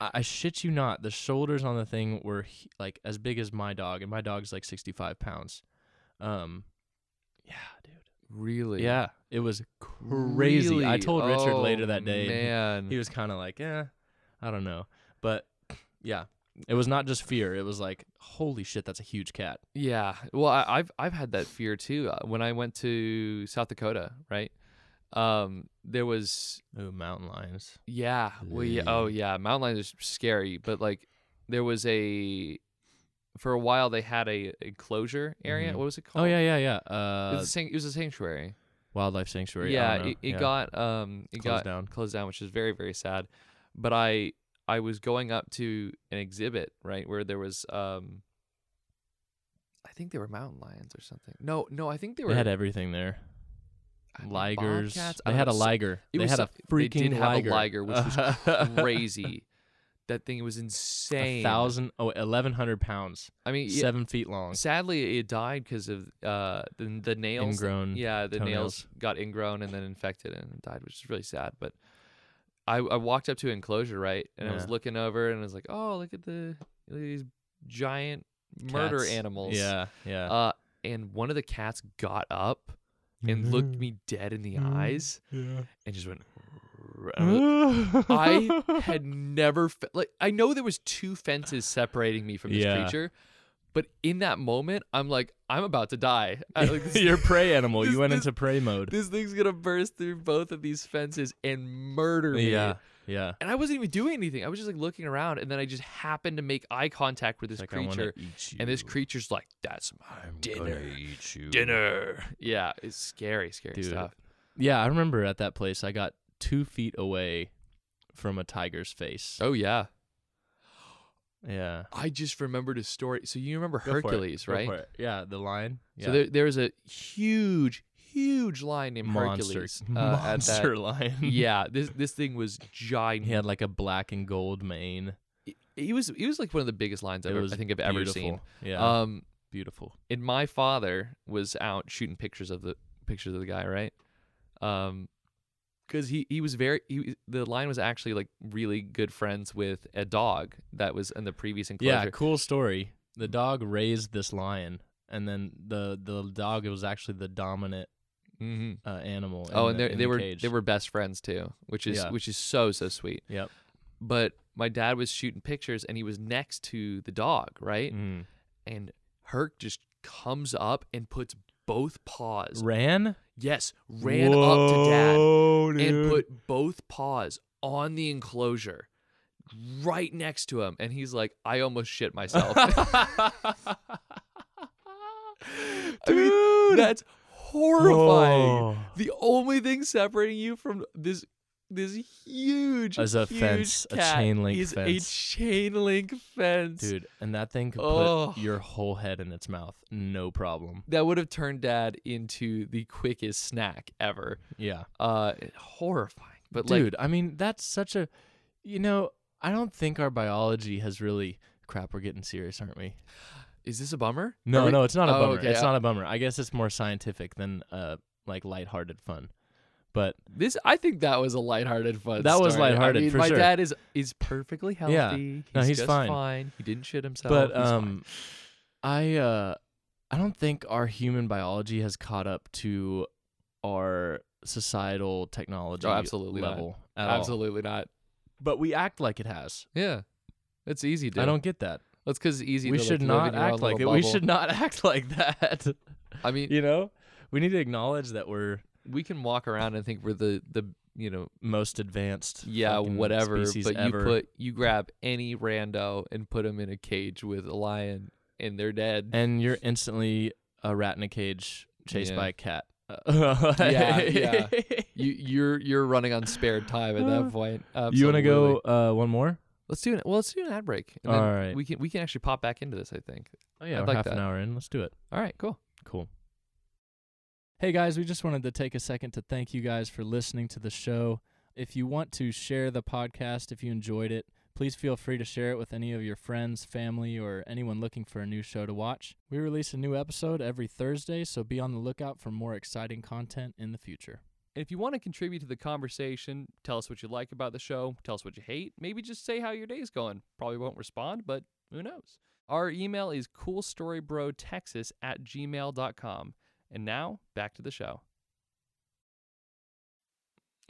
S2: I, I shit you not, the shoulders on the thing were h- like as big as my dog, and my dog's like sixty five pounds. Um, yeah, dude.
S1: really.
S2: Yeah, it was crazy. I
S1: Really?
S2: told Richard
S1: Oh,
S2: later that day. and
S1: Man.
S2: He, he was kind of like, eh, I don't know, but yeah, it was not just fear. It was like, holy shit, that's a huge cat.
S1: Yeah. Well, I, I've I've had that fear too. Uh, When I went to South Dakota, right? Um, there was
S2: Ooh, mountain lions.
S1: yeah. Well, yeah, oh
S2: Ooh.
S1: yeah. Mountain lions is scary, but like there was a for a while they had a, a closure area.
S2: Mhm.
S1: What was it called?
S2: Oh yeah, yeah, yeah.
S1: It
S2: Uh,
S1: was, a san- it was a sanctuary.
S2: wildlife sanctuary. I
S1: Yeah,
S2: don't know.
S1: it, it
S2: Yeah.
S1: got um it
S2: Closed
S1: got
S2: down.
S1: closed down, which is very very sad. But I I was going up to an exhibit right where there was um I think they were mountain lions or something. No, no, I think they were
S2: They had everything there.
S1: I don't know,
S2: Ligers.
S1: bobcats? I
S2: They
S1: don't
S2: had
S1: know,
S2: a
S1: so-
S2: liger.
S1: it
S2: They
S1: was
S2: had a
S1: some-
S2: freaking
S1: they did have
S2: liger.
S1: a liger, which was crazy. that thing was insane.
S2: a thousand, oh, 1,100 pounds,
S1: I mean, yeah,
S2: seven feet long,
S1: sadly, it died because of uh the, the nails.
S2: ingrown.
S1: yeah, the nails
S2: Mm-hmm. toenails.
S1: got ingrown and then infected and died, which is really sad. But I, I walked up to an enclosure right, and I was
S2: Yeah.
S1: looking over and I was like, oh, look at the look at these giant murder
S2: Cats.
S1: animals.
S2: Yeah, yeah.
S1: Uh, and one of the cats got up and looked me dead in the
S2: Mhm.
S1: eyes
S2: Yeah.
S1: and just went. and I was- I had never fe- like I know there was two fences separating me from this
S2: Yeah.
S1: creature, but in that moment I'm like I'm about to die. I, like, this,
S2: You're a prey animal.
S1: this-
S2: you went
S1: this-
S2: into prey mode.
S1: this thing's gonna burst through both of these fences and murder me.
S2: yeah, yeah.
S1: And I wasn't even doing anything. I was just like looking around, and then I just happened to make eye contact with this
S2: Like, I wanna
S1: creature.
S2: eat
S1: And this
S2: you.
S1: creature's like, "That's my
S2: I'm gonna
S1: dinner,
S2: eat you.
S1: dinner." Yeah, it's scary, scary
S2: Dude.
S1: stuff.
S2: Yeah, I remember at that place, I got two feet away from a tiger's face.
S1: Oh yeah,
S2: Yeah.
S1: I just remembered a story. So you remember
S2: Go for it.
S1: Hercules,
S2: Go
S1: right?
S2: for it. Yeah, the lion. Yeah.
S1: So there, there was a huge, huge lion named
S2: monster,
S1: Hercules. uh, at that-
S2: monster lion.
S1: yeah, this this thing was giant.
S2: he had like a black and gold mane.
S1: He- He was he was like one of the biggest lions
S2: It
S1: ever,
S2: was
S1: I think I've ever
S2: beautiful.
S1: seen.
S2: Yeah,
S1: Um,
S2: beautiful.
S1: and my father was out shooting pictures of the pictures of the guy, right? Um, because he he was very he was- the lion was actually like really good friends with a dog that was in the previous
S2: Yeah,
S1: enclosure.
S2: cool story. The dog raised this lion, and then the the dog was actually the dominant
S1: hmm
S2: uh, animal. in
S1: Oh, and
S2: the-
S1: they
S2: in
S1: they
S2: the
S1: were
S2: cage.
S1: they were best friends too, which is
S2: Yeah.
S1: which is so so sweet.
S2: Yep.
S1: but my dad was shooting pictures and he was next to the dog, right?
S2: Mm.
S1: And Herc just comes up and puts both paws,
S2: ran
S1: yes, ran up to dad
S2: Whoa,
S1: and
S2: dude.
S1: put both paws on the enclosure right next to him. And he's like, I almost shit myself. I mean,
S2: Dude.
S1: that's horrifying.
S2: Oh.
S1: The only thing separating you from this this huge
S2: Is a
S1: huge
S2: fence, a
S1: cat
S2: chain link
S1: is
S2: fence.
S1: a chain link fence.
S2: Dude, and that thing could
S1: Oh.
S2: put your whole head in its mouth, no problem.
S1: that would have turned dad into the quickest snack ever.
S2: Yeah,
S1: Uh horrifying. But like
S2: dude. I mean, that's such a, you know, I don't think our biology has really. Crap, we're getting serious, aren't we?
S1: is this a bummer?
S2: No,
S1: Are we-
S2: no, it's not a
S1: Oh,
S2: bummer.
S1: okay,
S2: It's
S1: I-
S2: not a bummer. I guess it's more scientific than uh like lighthearted fun. But
S1: This I think that was a lighthearted fun.
S2: That was
S1: story. I
S2: lighthearted,
S1: mean,
S2: for
S1: my
S2: sure.
S1: dad is is perfectly healthy.
S2: Yeah.
S1: He's,
S2: No, he's
S1: just
S2: fine.
S1: He didn't shit himself.
S2: but
S1: He's fine.
S2: um, I uh, I don't think our human biology has caught up to our societal technology
S1: Oh, absolutely not.
S2: level. at all.
S1: absolutely not.
S2: But we act like it has.
S1: Yeah, it's easy. Dude.
S2: I don't get that.
S1: That's because it's easy.
S2: we
S1: to, like, live
S2: should
S1: in
S2: not
S1: your own
S2: act like
S1: little
S2: it. We
S1: bubble.
S2: should not act like that.
S1: I mean,
S2: you know, we need to acknowledge that we're
S1: we can walk around and think we're the the you know
S2: most advanced.
S1: yeah
S2: fucking
S1: whatever.
S2: species
S1: But
S2: ever.
S1: you put you grab any rando and put them in a cage with a lion and they're dead.
S2: and you're instantly a rat in a cage chased
S1: Yeah.
S2: by a cat.
S1: Yeah, yeah. you you're you're running on spare time at that point.
S2: You want to
S1: Absolutely.
S2: go uh, one more?
S1: Let's do an well. Let's do an ad break. And then
S2: All right.
S1: We can we can actually pop back into this. I think.
S2: Oh
S1: I'd
S2: yeah, we're
S1: like
S2: half an
S1: that.
S2: hour in. Let's do it.
S1: All right. Cool.
S2: Cool. Hey guys, we just wanted to take a second to thank you guys for listening to the show. If you want to share the podcast, if you enjoyed it, please feel free to share it with any of your friends, family, or anyone looking for a new show to watch. We release a new episode every Thursday, so be on the lookout for more exciting content in the future.
S1: And if you want to contribute to the conversation, tell us what you like about the show, tell us what you hate, maybe just say how your day's going. Probably won't respond, but who knows? Our email is coolstorybrotexas at gmail.com. And now back to the show.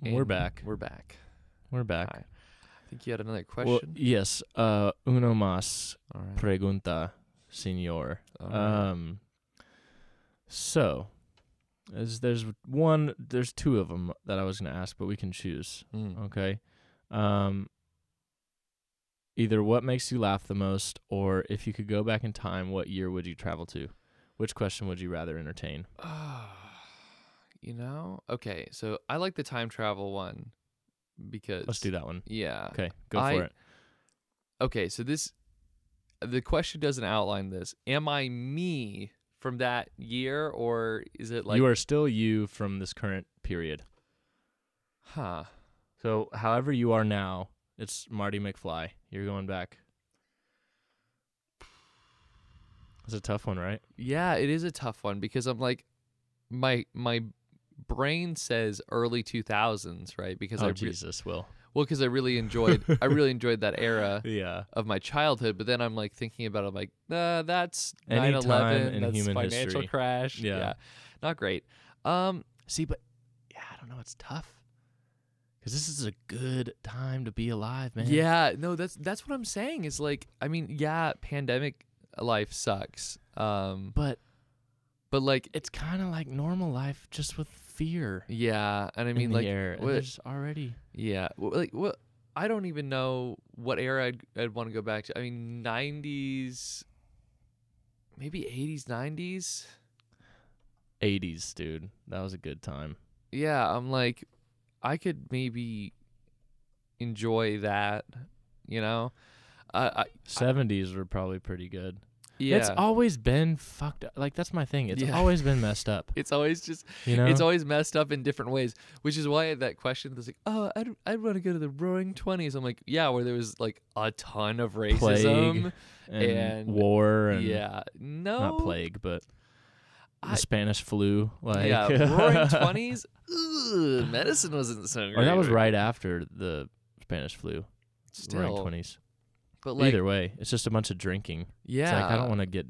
S2: we're
S1: And
S2: back.
S1: We're back.
S2: We're back.
S1: Hi. I think you had another
S2: Well,
S1: question.
S2: yes. Uh, uno más
S1: All right.
S2: pregunta, señor.
S1: All right.
S2: Um, so as there's one, there's two of them that I was gonna ask, but we can choose.
S1: Mm.
S2: Okay. Um, either what makes you laugh the most, or if you could go back in time, what year would you travel to? Which question would you rather entertain?
S1: you know? Okay. So I like the time travel one because.
S2: Let's do that one.
S1: Yeah.
S2: Okay, go
S1: I-
S2: for it.
S1: okay, so this the question doesn't outline this. Am I me from that year or is it like
S2: you are still you from this current period.
S1: huh.
S2: So, however you are now, it's Marty McFly. You're going back. It's a tough one, right?
S1: Yeah, it is a tough one because I'm like my my brain says early 2000s, right? Because I
S2: Oh
S1: re-
S2: Jesus, Will.
S1: well cuz I really enjoyed I really enjoyed that era
S2: Yeah.
S1: of my childhood, but then I'm like thinking about it, I'm like, nah, that's
S2: Any
S1: 9
S2: time
S1: 11,
S2: in
S1: that's
S2: human
S1: financial
S2: history.
S1: crash.
S2: Yeah.
S1: Not great. Um see, but yeah, I don't know, it's tough.
S2: Because this is a good time to be alive, man.
S1: Yeah, no, that's that's what I'm saying. Is like, I mean, yeah, pandemic life sucks. Um,
S2: But
S1: but like,
S2: it's kind of like normal life, just with fear.
S1: yeah, and I mean,
S2: in
S1: like,
S2: the air. and
S1: what-
S2: there's already.
S1: yeah, wh- like, what? I don't even know what era I'd, I'd want to go back to. I mean, '90s, maybe '80s, '90s.
S2: 80s, dude. That was a good time.
S1: Yeah, I'm like, I could maybe enjoy that. You know, uh, I,
S2: 70s were probably pretty good.
S1: yeah,
S2: It's always been fucked up. Like, that's my thing. It's
S1: Yeah.
S2: always been messed up.
S1: it's always just
S2: You know?
S1: It's always messed up in different ways, which is why that question was like, "Oh, I'd I'd want to go to the Roaring 20s. I'm like, "Yeah, where there was like a ton of racism."
S2: and,
S1: and-
S2: war and
S1: Yeah, no,
S2: not plague, but
S1: I-
S2: the Spanish flu. Like,
S1: Yeah, Roaring 20s. Ugh, medicine wasn't so great.
S2: or Oh, that was right after the Spanish flu. Roaring
S1: Still,
S2: 20s.
S1: but like,
S2: Either way, it's just a bunch of drinking.
S1: yeah,
S2: It's like I don't want to get.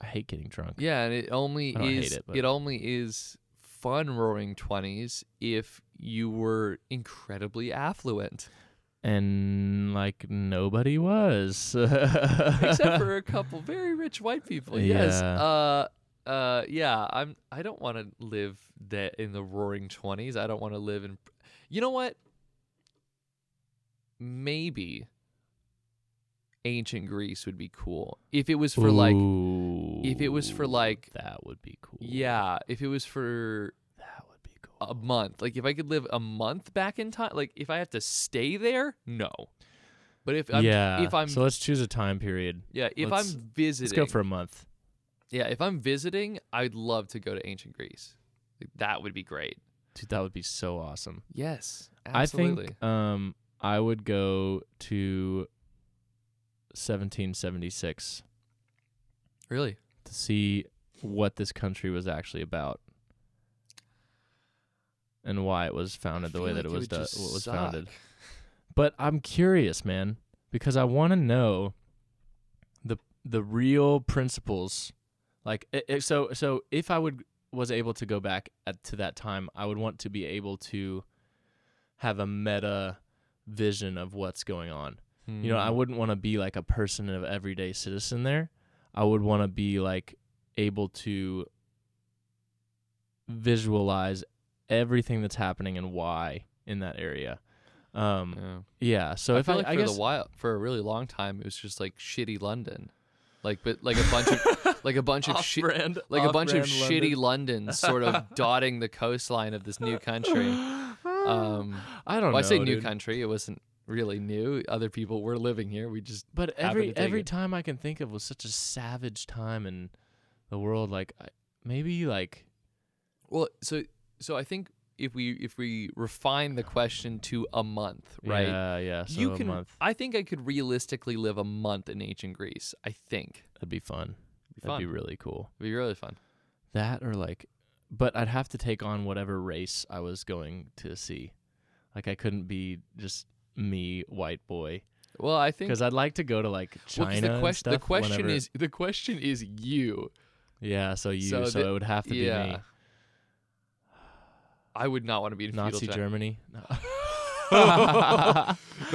S2: I hate getting drunk.
S1: Yeah, and it only
S2: I don't hate
S1: is
S2: it,
S1: it,
S2: but-
S1: only is fun Roaring 20s if you were incredibly affluent,
S2: And like nobody was.
S1: except for a couple very rich white people. Yes.
S2: Yeah.
S1: Uh uh yeah, I'm I don't want to live that in the roaring 20s. I don't want to live in You know what? Maybe ancient Greece would be cool. If it was for like if it was for,
S2: Ooh,
S1: like-
S2: that would be cool.
S1: yeah, Um, if it was for
S2: That would be cool.
S1: a month. Like if I could live a month back in time, like if I have to stay there, no. But if I'm
S2: yeah.
S1: if I'm
S2: so let's choose a time period.
S1: yeah, if
S2: let's-
S1: I'm visiting
S2: Let's go for a month.
S1: Yeah, if I'm visiting, I'd love to go to ancient Greece. Like, that would be great.
S2: Dude, that would be so awesome.
S1: Yes, absolutely.
S2: I think um I would go to 1776
S1: really.
S2: to see what this country was actually about. and why it was
S1: I
S2: founded the
S1: feel
S2: way
S1: like
S2: that it
S1: it
S2: was
S1: would
S2: do-
S1: just
S2: what was
S1: suck.
S2: founded. But I'm curious, man, because I want to know the the real principles. Like i i- so so if I would was able to go back at, to that time, I would want to be able to have a meta vision of what's going on. You
S1: Mm. Hmm.
S2: know, I wouldn't want to be like a person of everyday citizen there. I would want to be like able to visualize everything that's happening and why in that area. Um,
S1: Yeah.
S2: yeah. So
S1: I
S2: if
S1: feel
S2: I,
S1: like
S2: I
S1: for
S2: guess
S1: the while, for a really long time, it was just like shitty London, like but like a bunch of like a bunch of shi-
S2: Off-brand-
S1: like a bunch of
S2: off-brand
S1: shitty London sort of dotting the coastline of this new country. Um,
S2: I don't
S1: well,
S2: know.
S1: I say new
S2: dude.
S1: country. It wasn't really new. Other people were living here. We just happen
S2: But
S1: to
S2: every
S1: take
S2: every
S1: it.
S2: time I can think of was such a savage time in the world. Like I, maybe like
S1: well, so so I think if we if we refine the question to a month, right?
S2: Yeah, yeah. So
S1: you
S2: a
S1: can.
S2: month.
S1: I think I could realistically live a month in ancient Greece. I think
S2: That'd be fun.
S1: it'd be
S2: That'd
S1: fun.
S2: be really cool.
S1: it'd be really fun.
S2: That or like, but I'd have to take on whatever race I was going to see. Like I couldn't be just me, white boy,
S1: Well, I think
S2: because I'd like to go to like
S1: Well,
S2: China.
S1: 'cause
S2: and
S1: the question, the
S2: stuff
S1: question
S2: whenever-
S1: is the question is you.
S2: yeah. So you, so,
S1: so the-
S2: it would have to be
S1: yeah.
S2: me.
S1: I would not want to be in
S2: Nazi
S1: feudal time.
S2: Germany. No.
S1: No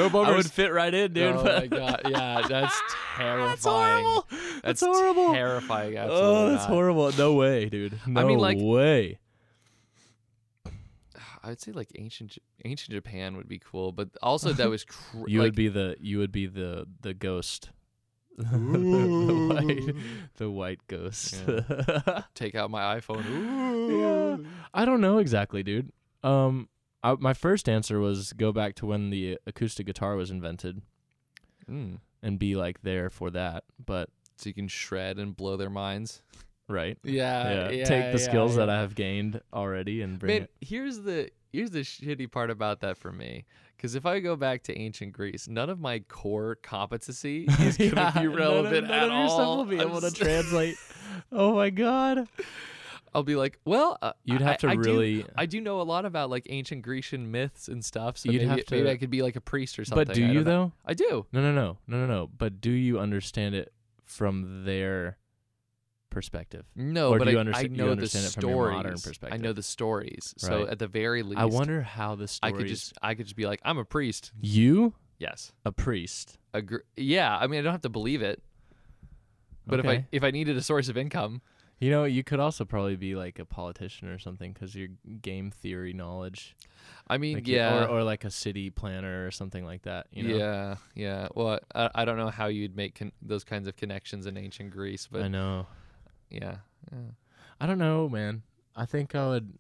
S2: I
S1: bummers.
S2: would fit right in, dude.
S1: Oh
S2: but-
S1: my god! Yeah, that's terrifying.
S2: that's horrible.
S1: That's,
S2: horrible.
S1: Terrifying. Absolutely
S2: oh, that's
S1: not.
S2: horrible. No way, dude. No
S1: mean, like-
S2: way.
S1: I would say like ancient J- ancient Japan would be cool, but also that was cr-
S2: You
S1: like,
S2: would be the you would be the the ghost. the, the white the white ghost.
S1: take out my iPhone.
S2: Yeah. I don't know exactly, dude. Um I, my first answer was go back to when the acoustic guitar was invented
S1: Mm.
S2: and be like there for that, but
S1: So you can shred and blow their minds.
S2: right.
S1: Uh, Yeah,
S2: yeah, take the skills that I have gained already and bring
S1: Man,
S2: it.
S1: here's the here's the shitty part about that for me. Because if I go back to ancient Greece, none of my core competency is going to
S2: Yeah,
S1: be
S2: none of-
S1: relevant
S2: none
S1: at
S2: of your stuff
S1: all.
S2: will be
S1: I'm
S2: able to
S1: s-
S2: translate. oh my god.
S1: I'll be like, well, uh,
S2: You'd
S1: I-
S2: have to
S1: I do-
S2: really
S1: I do know a lot about like ancient Grecian myths and stuff, so
S2: You'd
S1: maybe,
S2: have to-
S1: maybe I could be like a priest or something.
S2: But do
S1: I
S2: you
S1: don't know.
S2: though?
S1: I do.
S2: No, no, no, no, no, no. But do you understand it from their perspective?
S1: No,
S2: Or
S1: but
S2: do you
S1: I,
S2: understa-
S1: I
S2: you
S1: know the
S2: understand it
S1: stories.
S2: from your modern
S1: I know
S2: perspective?
S1: the stories. So
S2: Right.
S1: at the very least,
S2: I wonder how the
S1: I
S2: stories.
S1: could just I could just be like, I'm a priest.
S2: you
S1: Yes.
S2: a priest.
S1: Agr yeah, I mean, I don't have to believe it. But if I
S2: Okay.
S1: if I needed a source of income,
S2: You know, you could also probably be like a politician or something because your game theory knowledge.
S1: I mean,
S2: Like you-
S1: yeah,
S2: Or, or like a city planner or something like that. You know.
S1: yeah, yeah. Well, I, I don't know how you'd make con- those kinds of connections in ancient Greece, but
S2: I know.
S1: yeah, yeah.
S2: I don't know, man. I think I would.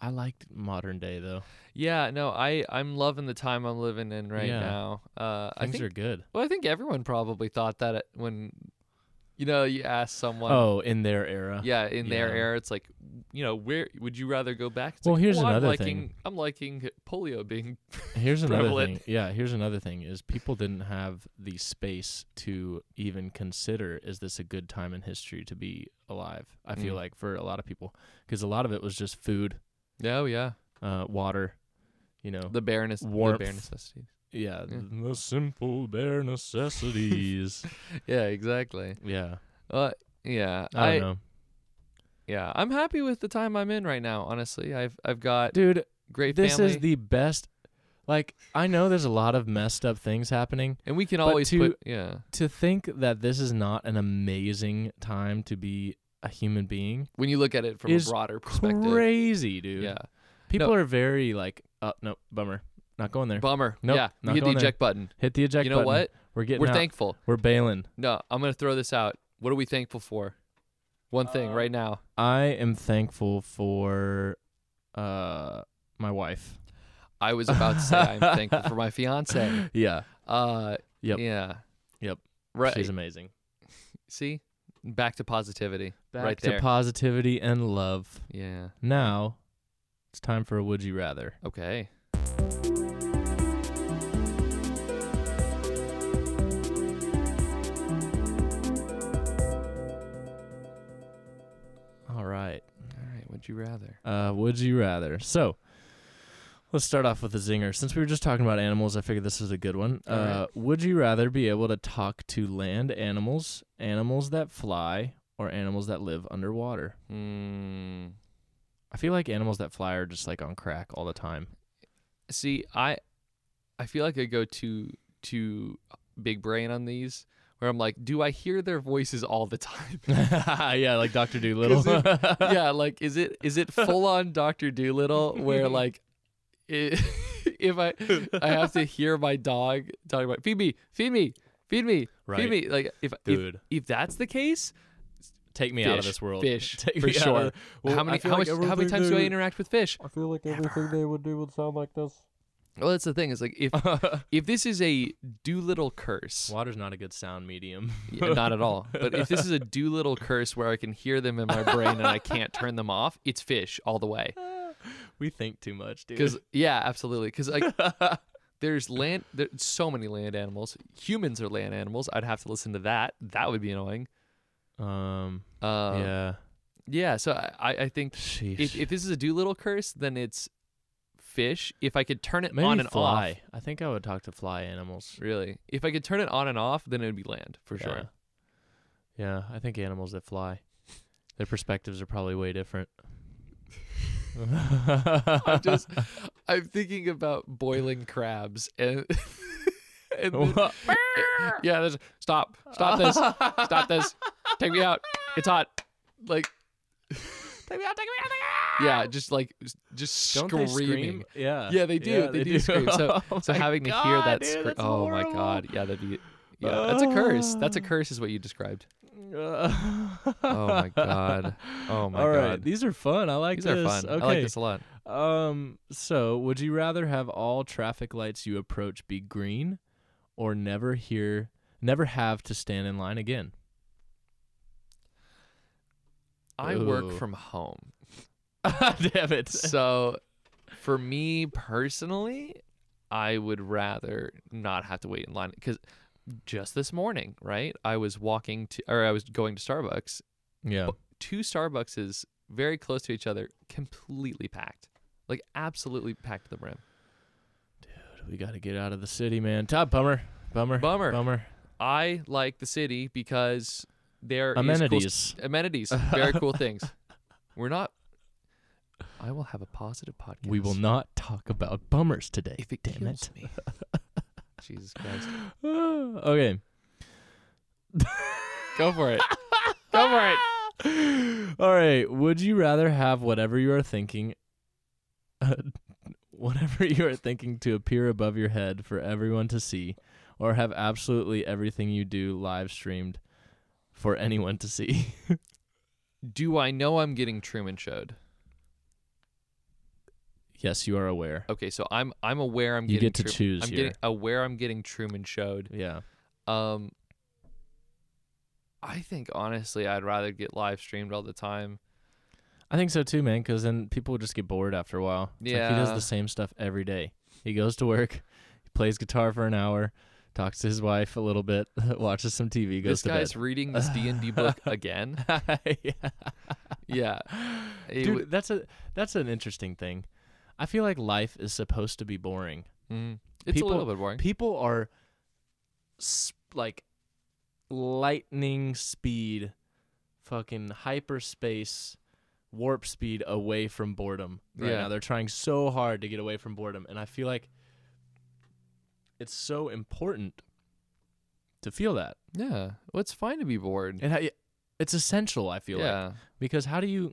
S2: I liked modern day though.
S1: yeah. No, I I'm loving the time I'm living in right
S2: Yeah.
S1: now. Uh, I
S2: Things
S1: think
S2: are good.
S1: well, I think everyone probably thought that at- when, you know, you ask someone.
S2: Oh, in their era.
S1: Yeah, in their
S2: yeah.
S1: era, it's like, you know, where would you rather go back? It's
S2: Well,
S1: like,
S2: here's
S1: well,
S2: another
S1: I'm
S2: thing.
S1: liking, I'm liking polio being
S2: Here's another
S1: prevalent.
S2: thing. Yeah, here's another thing is people didn't have the space to even consider is this a good time in history to be alive? I feel
S1: Mm.
S2: like for a lot of people because a lot of it was just food,
S1: Oh yeah,
S2: uh, water, you know.
S1: the bare, nec- the
S2: Warmth.
S1: bare necessities.
S2: yeah,
S1: yeah.
S2: the simple bare necessities.
S1: Yeah, exactly.
S2: yeah.
S1: Uh, yeah,
S2: I don't
S1: I,
S2: know.
S1: yeah, I'm happy with the time I'm in right now. Honestly, I've I've got
S2: Dude,
S1: great
S2: this
S1: family,
S2: is the best like I know there's a lot of messed up things happening,
S1: and we can
S2: but
S1: always
S2: to-
S1: put yeah.
S2: to think that this is not an amazing time to be a human being
S1: When you look at it from a
S2: is
S1: broader perspective,
S2: crazy dude
S1: yeah,
S2: people
S1: No.
S2: are very like oh no bummer not going there
S1: bummer.
S2: Nope,
S1: yeah,
S2: not
S1: hit the
S2: going there.
S1: eject button.
S2: hit the eject
S1: you know
S2: button.
S1: what?
S2: we're getting
S1: We're
S2: out.
S1: thankful.
S2: we're bailing
S1: No, I'm gonna throw this out. What are we thankful for? One
S2: Uh,
S1: thing right now.
S2: i am thankful for uh my wife
S1: I was about to say I'm thankful for my fiance.
S2: yeah
S1: Uh,
S2: Yep.
S1: yeah,
S2: Yep.
S1: Right.
S2: she's amazing
S1: See, back to positivity.
S2: back
S1: right
S2: to
S1: there.
S2: positivity and love
S1: yeah.
S2: now it's time for a would you rather
S1: Okay.
S2: all right
S1: All right. Would Would you rather?
S2: Uh, would you rather? So, let's start off with a zinger. Since we were just talking about animals, I figured this was a good one.
S1: All right.
S2: Uh, Would you rather be able to talk to land animals, animals that fly, or animals that live underwater?
S1: Mm.
S2: I feel like animals that fly are just like on crack all the time.
S1: See, I I feel like I go too too big brain on these where I'm like, do I hear their voices all the time?
S2: yeah, like Doctor Doolittle.
S1: 'Cause yeah, like is it is it full on Doctor Doolittle where like i if I I have to hear my dog talking about feed me, feed me, feed me,
S2: Right.
S1: feed me. Like if if,
S2: Dude,
S1: if that's the case,
S2: take me out of
S1: fish,
S2: this world.
S1: fish,
S2: Take
S1: for
S2: me out of
S1: sure.
S2: the- Well,
S1: how
S2: I
S1: many
S2: feel
S1: how,
S2: like
S1: much, how many
S2: everything
S1: times do I
S2: they-
S1: interact with fish?
S2: I feel like everything they would do would sound like this.
S1: Well, that's the thing. Is like if if this is a Doolittle curse,
S2: Water's not a good sound medium.
S1: Yeah, not at all. But if this is a Doolittle curse where I can hear them in my brain and I can't turn them off, it's fish all the way.
S2: we think too much, dude.
S1: Because yeah, absolutely. Because like there's land, there's so many land animals. Humans are land animals. I'd have to listen to that. That would be annoying.
S2: um,
S1: Um, yeah.
S2: yeah,
S1: So I, I I think
S2: sheesh.
S1: if, if this is a Doolittle curse, then it's fish. If I could turn it
S2: Maybe
S1: on and
S2: fly.
S1: off,
S2: I think I would talk to fly animals
S1: really. If I could turn it on and off, then it would be land for
S2: Yeah.
S1: sure.
S2: Yeah, I think animals that fly, their perspectives are probably way different.
S1: I'm just I'm thinking about boiling crabs and and the- yeah, there's stop, stop this, stop this, take me out, it's hot, like
S2: Take me out! Take me out!
S1: yeah, just like just
S2: Don't
S1: screaming.
S2: they scream? Yeah.
S1: Yeah, they do. they, do, scream. So,
S2: Oh
S1: so
S2: my
S1: having to hear
S2: God,
S1: that,
S2: dude,
S1: scre-
S2: that's
S1: oh my
S2: horrible.
S1: god, yeah, that'd be, yeah, that's a curse. That's a curse, is what you described.
S2: oh
S1: my God. Oh my
S2: All right,
S1: god,
S2: these are fun. I like
S1: these
S2: this.
S1: are fun.
S2: Okay.
S1: I like this a lot.
S2: Um, so would you rather have all traffic lights you approach be green, or never hear, never have to stand in line again?
S1: I work
S2: Ooh.
S1: from home,
S2: Damn it!
S1: so for me personally, I would rather not have to wait in line because just this morning, right? I was walking to, or I was going to Starbucks.
S2: Yeah.
S1: Two Starbucks is very close to each other, completely packed, like absolutely packed to the brim.
S2: We got to get out of the city, man. Todd, bummer, bummer,
S1: Bummer.
S2: bummer.
S1: I like the city because there is cool
S2: Amenities.
S1: s- amenities, very cool things. We're not. I will have a positive podcast.
S2: We will not talk about bummers today.
S1: If it
S2: Damn
S1: kills
S2: it.
S1: me. Jesus Christ.
S2: okay.
S1: Go for it. Go for it.
S2: All right. Would you rather have whatever you are thinking, uh, whatever you are thinking, to appear above your head for everyone to see, or have absolutely everything you do live streamed for anyone to see?
S1: Do I know I'm getting Truman showed?
S2: yes, you are aware.
S1: Okay, so I'm I'm aware I'm
S2: You
S1: getting
S2: get to
S1: Tru-
S2: choose
S1: I'm
S2: here.
S1: getting aware I'm getting Truman showed.
S2: Yeah.
S1: Um I think honestly I'd rather get live streamed all the time.
S2: I think so too, man. Because then people would just get bored after a while. It's like he does
S1: Yeah.
S2: the same stuff every day. He goes to work, he plays guitar for an hour, talks to his wife a little bit, watches some TV,
S1: This
S2: goes to
S1: guy's reading this D&D book again.
S2: bed. Yeah.
S1: Yeah. It
S2: Dude,
S1: would-
S2: that's a that's an interesting thing. I feel like life is supposed to be boring.
S1: Mm. It's
S2: People-
S1: a little bit boring.
S2: People are sp- like lightning speed, fucking hyperspace, warp speed away from boredom right
S1: Yeah.
S2: now. They're trying so hard to get away from boredom, and I feel like it's so important to feel that.
S1: yeah. Well, it's fine to be bored.
S2: And I, it's essential. I feel like
S1: Yeah.
S2: because how do you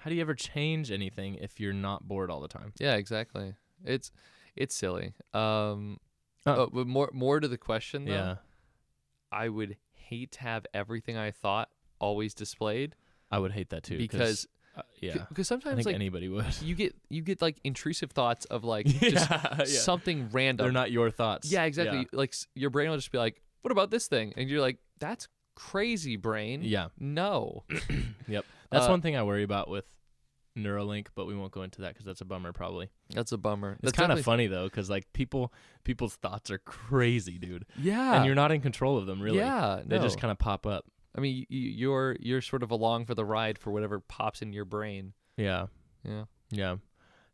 S2: how do you ever change anything if you're not bored all the time?
S1: Yeah, exactly. It's it's silly. Um
S2: Uh,
S1: oh, but more more to the question though.
S2: Yeah,
S1: I would hate to have everything I thought always displayed
S2: I would hate that too. 'cause,
S1: because
S2: uh,
S1: c-
S2: yeah,
S1: because
S2: I
S1: sometimes
S2: think
S1: like
S2: anybody would.
S1: you get you get like intrusive thoughts of like just something random.
S2: They're not your thoughts.
S1: yeah, exactly. Mm-hmm. Like s- your brain will just be like, "What about this thing?" And you're like, "That's crazy, brain."
S2: Yeah, Yeah.
S1: No.
S2: that's
S1: Uh,
S2: one thing I worry about with Neuralink, but we won't go into that because that's a bummer. Probably
S1: That's a bummer.
S2: it's kind of funny though, because like people people's thoughts are crazy, dude,
S1: Yeah.
S2: and you're not in control of them really.
S1: Yeah.
S2: they just
S1: no.
S2: kind of pop up.
S1: I mean, y- y- you're you're sort of along for the ride for whatever pops in your brain.
S2: Yeah.
S1: Yeah.
S2: Yeah.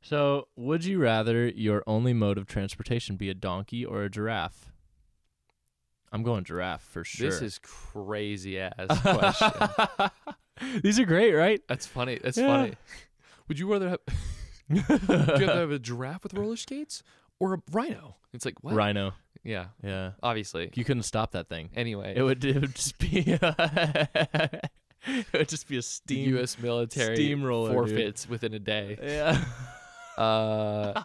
S2: So, would you rather your only mode of transportation be a donkey or a giraffe? I'm going giraffe for sure.
S1: This is crazy ass question.
S2: These are great, right?
S1: That's funny. That's
S2: Yeah.
S1: funny. Would you rather have do you have to have a giraffe with roller skates or a rhino? It's like what?
S2: Rhino.
S1: Yeah,
S2: Yeah.
S1: obviously.
S2: You couldn't stop that thing.
S1: Anyway,
S2: It would, it would just be it would just be a
S1: the
S2: steam
S1: U.S. military
S2: steamroller, dude.
S1: forfeits within a day.
S2: Yeah.
S1: Uh,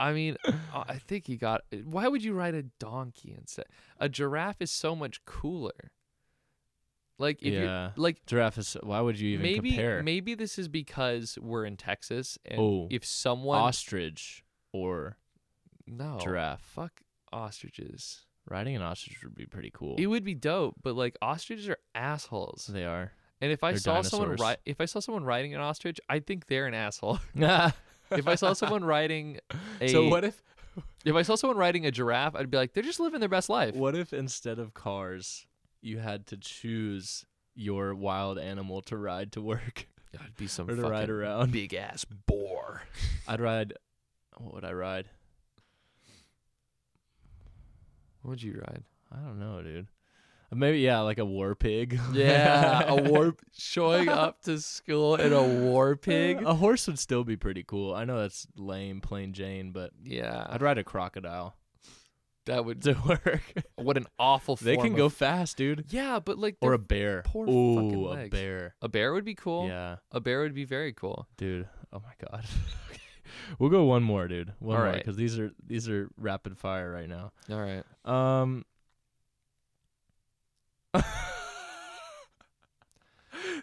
S1: I mean, uh, I I think he got. Why would you ride a donkey instead? A giraffe is so much cooler. Like if
S2: Yeah.
S1: you're like
S2: giraffe is why would you even
S1: maybe
S2: compare?
S1: maybe this is because we're in Texas and
S2: Oh.
S1: if someone
S2: ostrich or Oh.
S1: no
S2: giraffe.
S1: fuck ostriches.
S2: Riding an ostrich would be pretty cool.
S1: It would be dope, but like ostriches are assholes.
S2: They are.
S1: And if I
S2: They're
S1: saw someone
S2: dinosaurs.
S1: ri- if I saw someone riding an ostrich, I think they're an asshole. if I saw someone riding a
S2: so what if
S1: if I saw someone riding a giraffe, I'd be like, they're just living their best life.
S2: what if instead of cars you had to choose your wild animal to ride to work
S1: I'd be some
S2: or to
S1: fucking
S2: ride around?
S1: big ass boar.
S2: I'd ride. What would I ride?
S1: What would you ride?
S2: I don't know, dude. Maybe yeah, like a war pig.
S1: showing up to school in a war pig.
S2: A horse would still be pretty cool. I know that's lame, plain Jane, but
S1: Yeah,
S2: I'd ride a crocodile
S1: that would.
S2: to work.
S1: What an awful.
S2: they
S1: form
S2: can go
S1: of-
S2: fast, dude.
S1: yeah, but like
S2: Or
S1: they're-
S2: a bear.
S1: poor
S2: Ooh,
S1: fucking
S2: a
S1: legs.
S2: bear.
S1: a bear would be cool.
S2: Yeah,
S1: A bear would be very cool.
S2: dude. Oh my god. Okay. We'll go one more, dude. One
S1: All
S2: more,
S1: right.
S2: because these are these are rapid fire right now.
S1: All right.
S2: Um.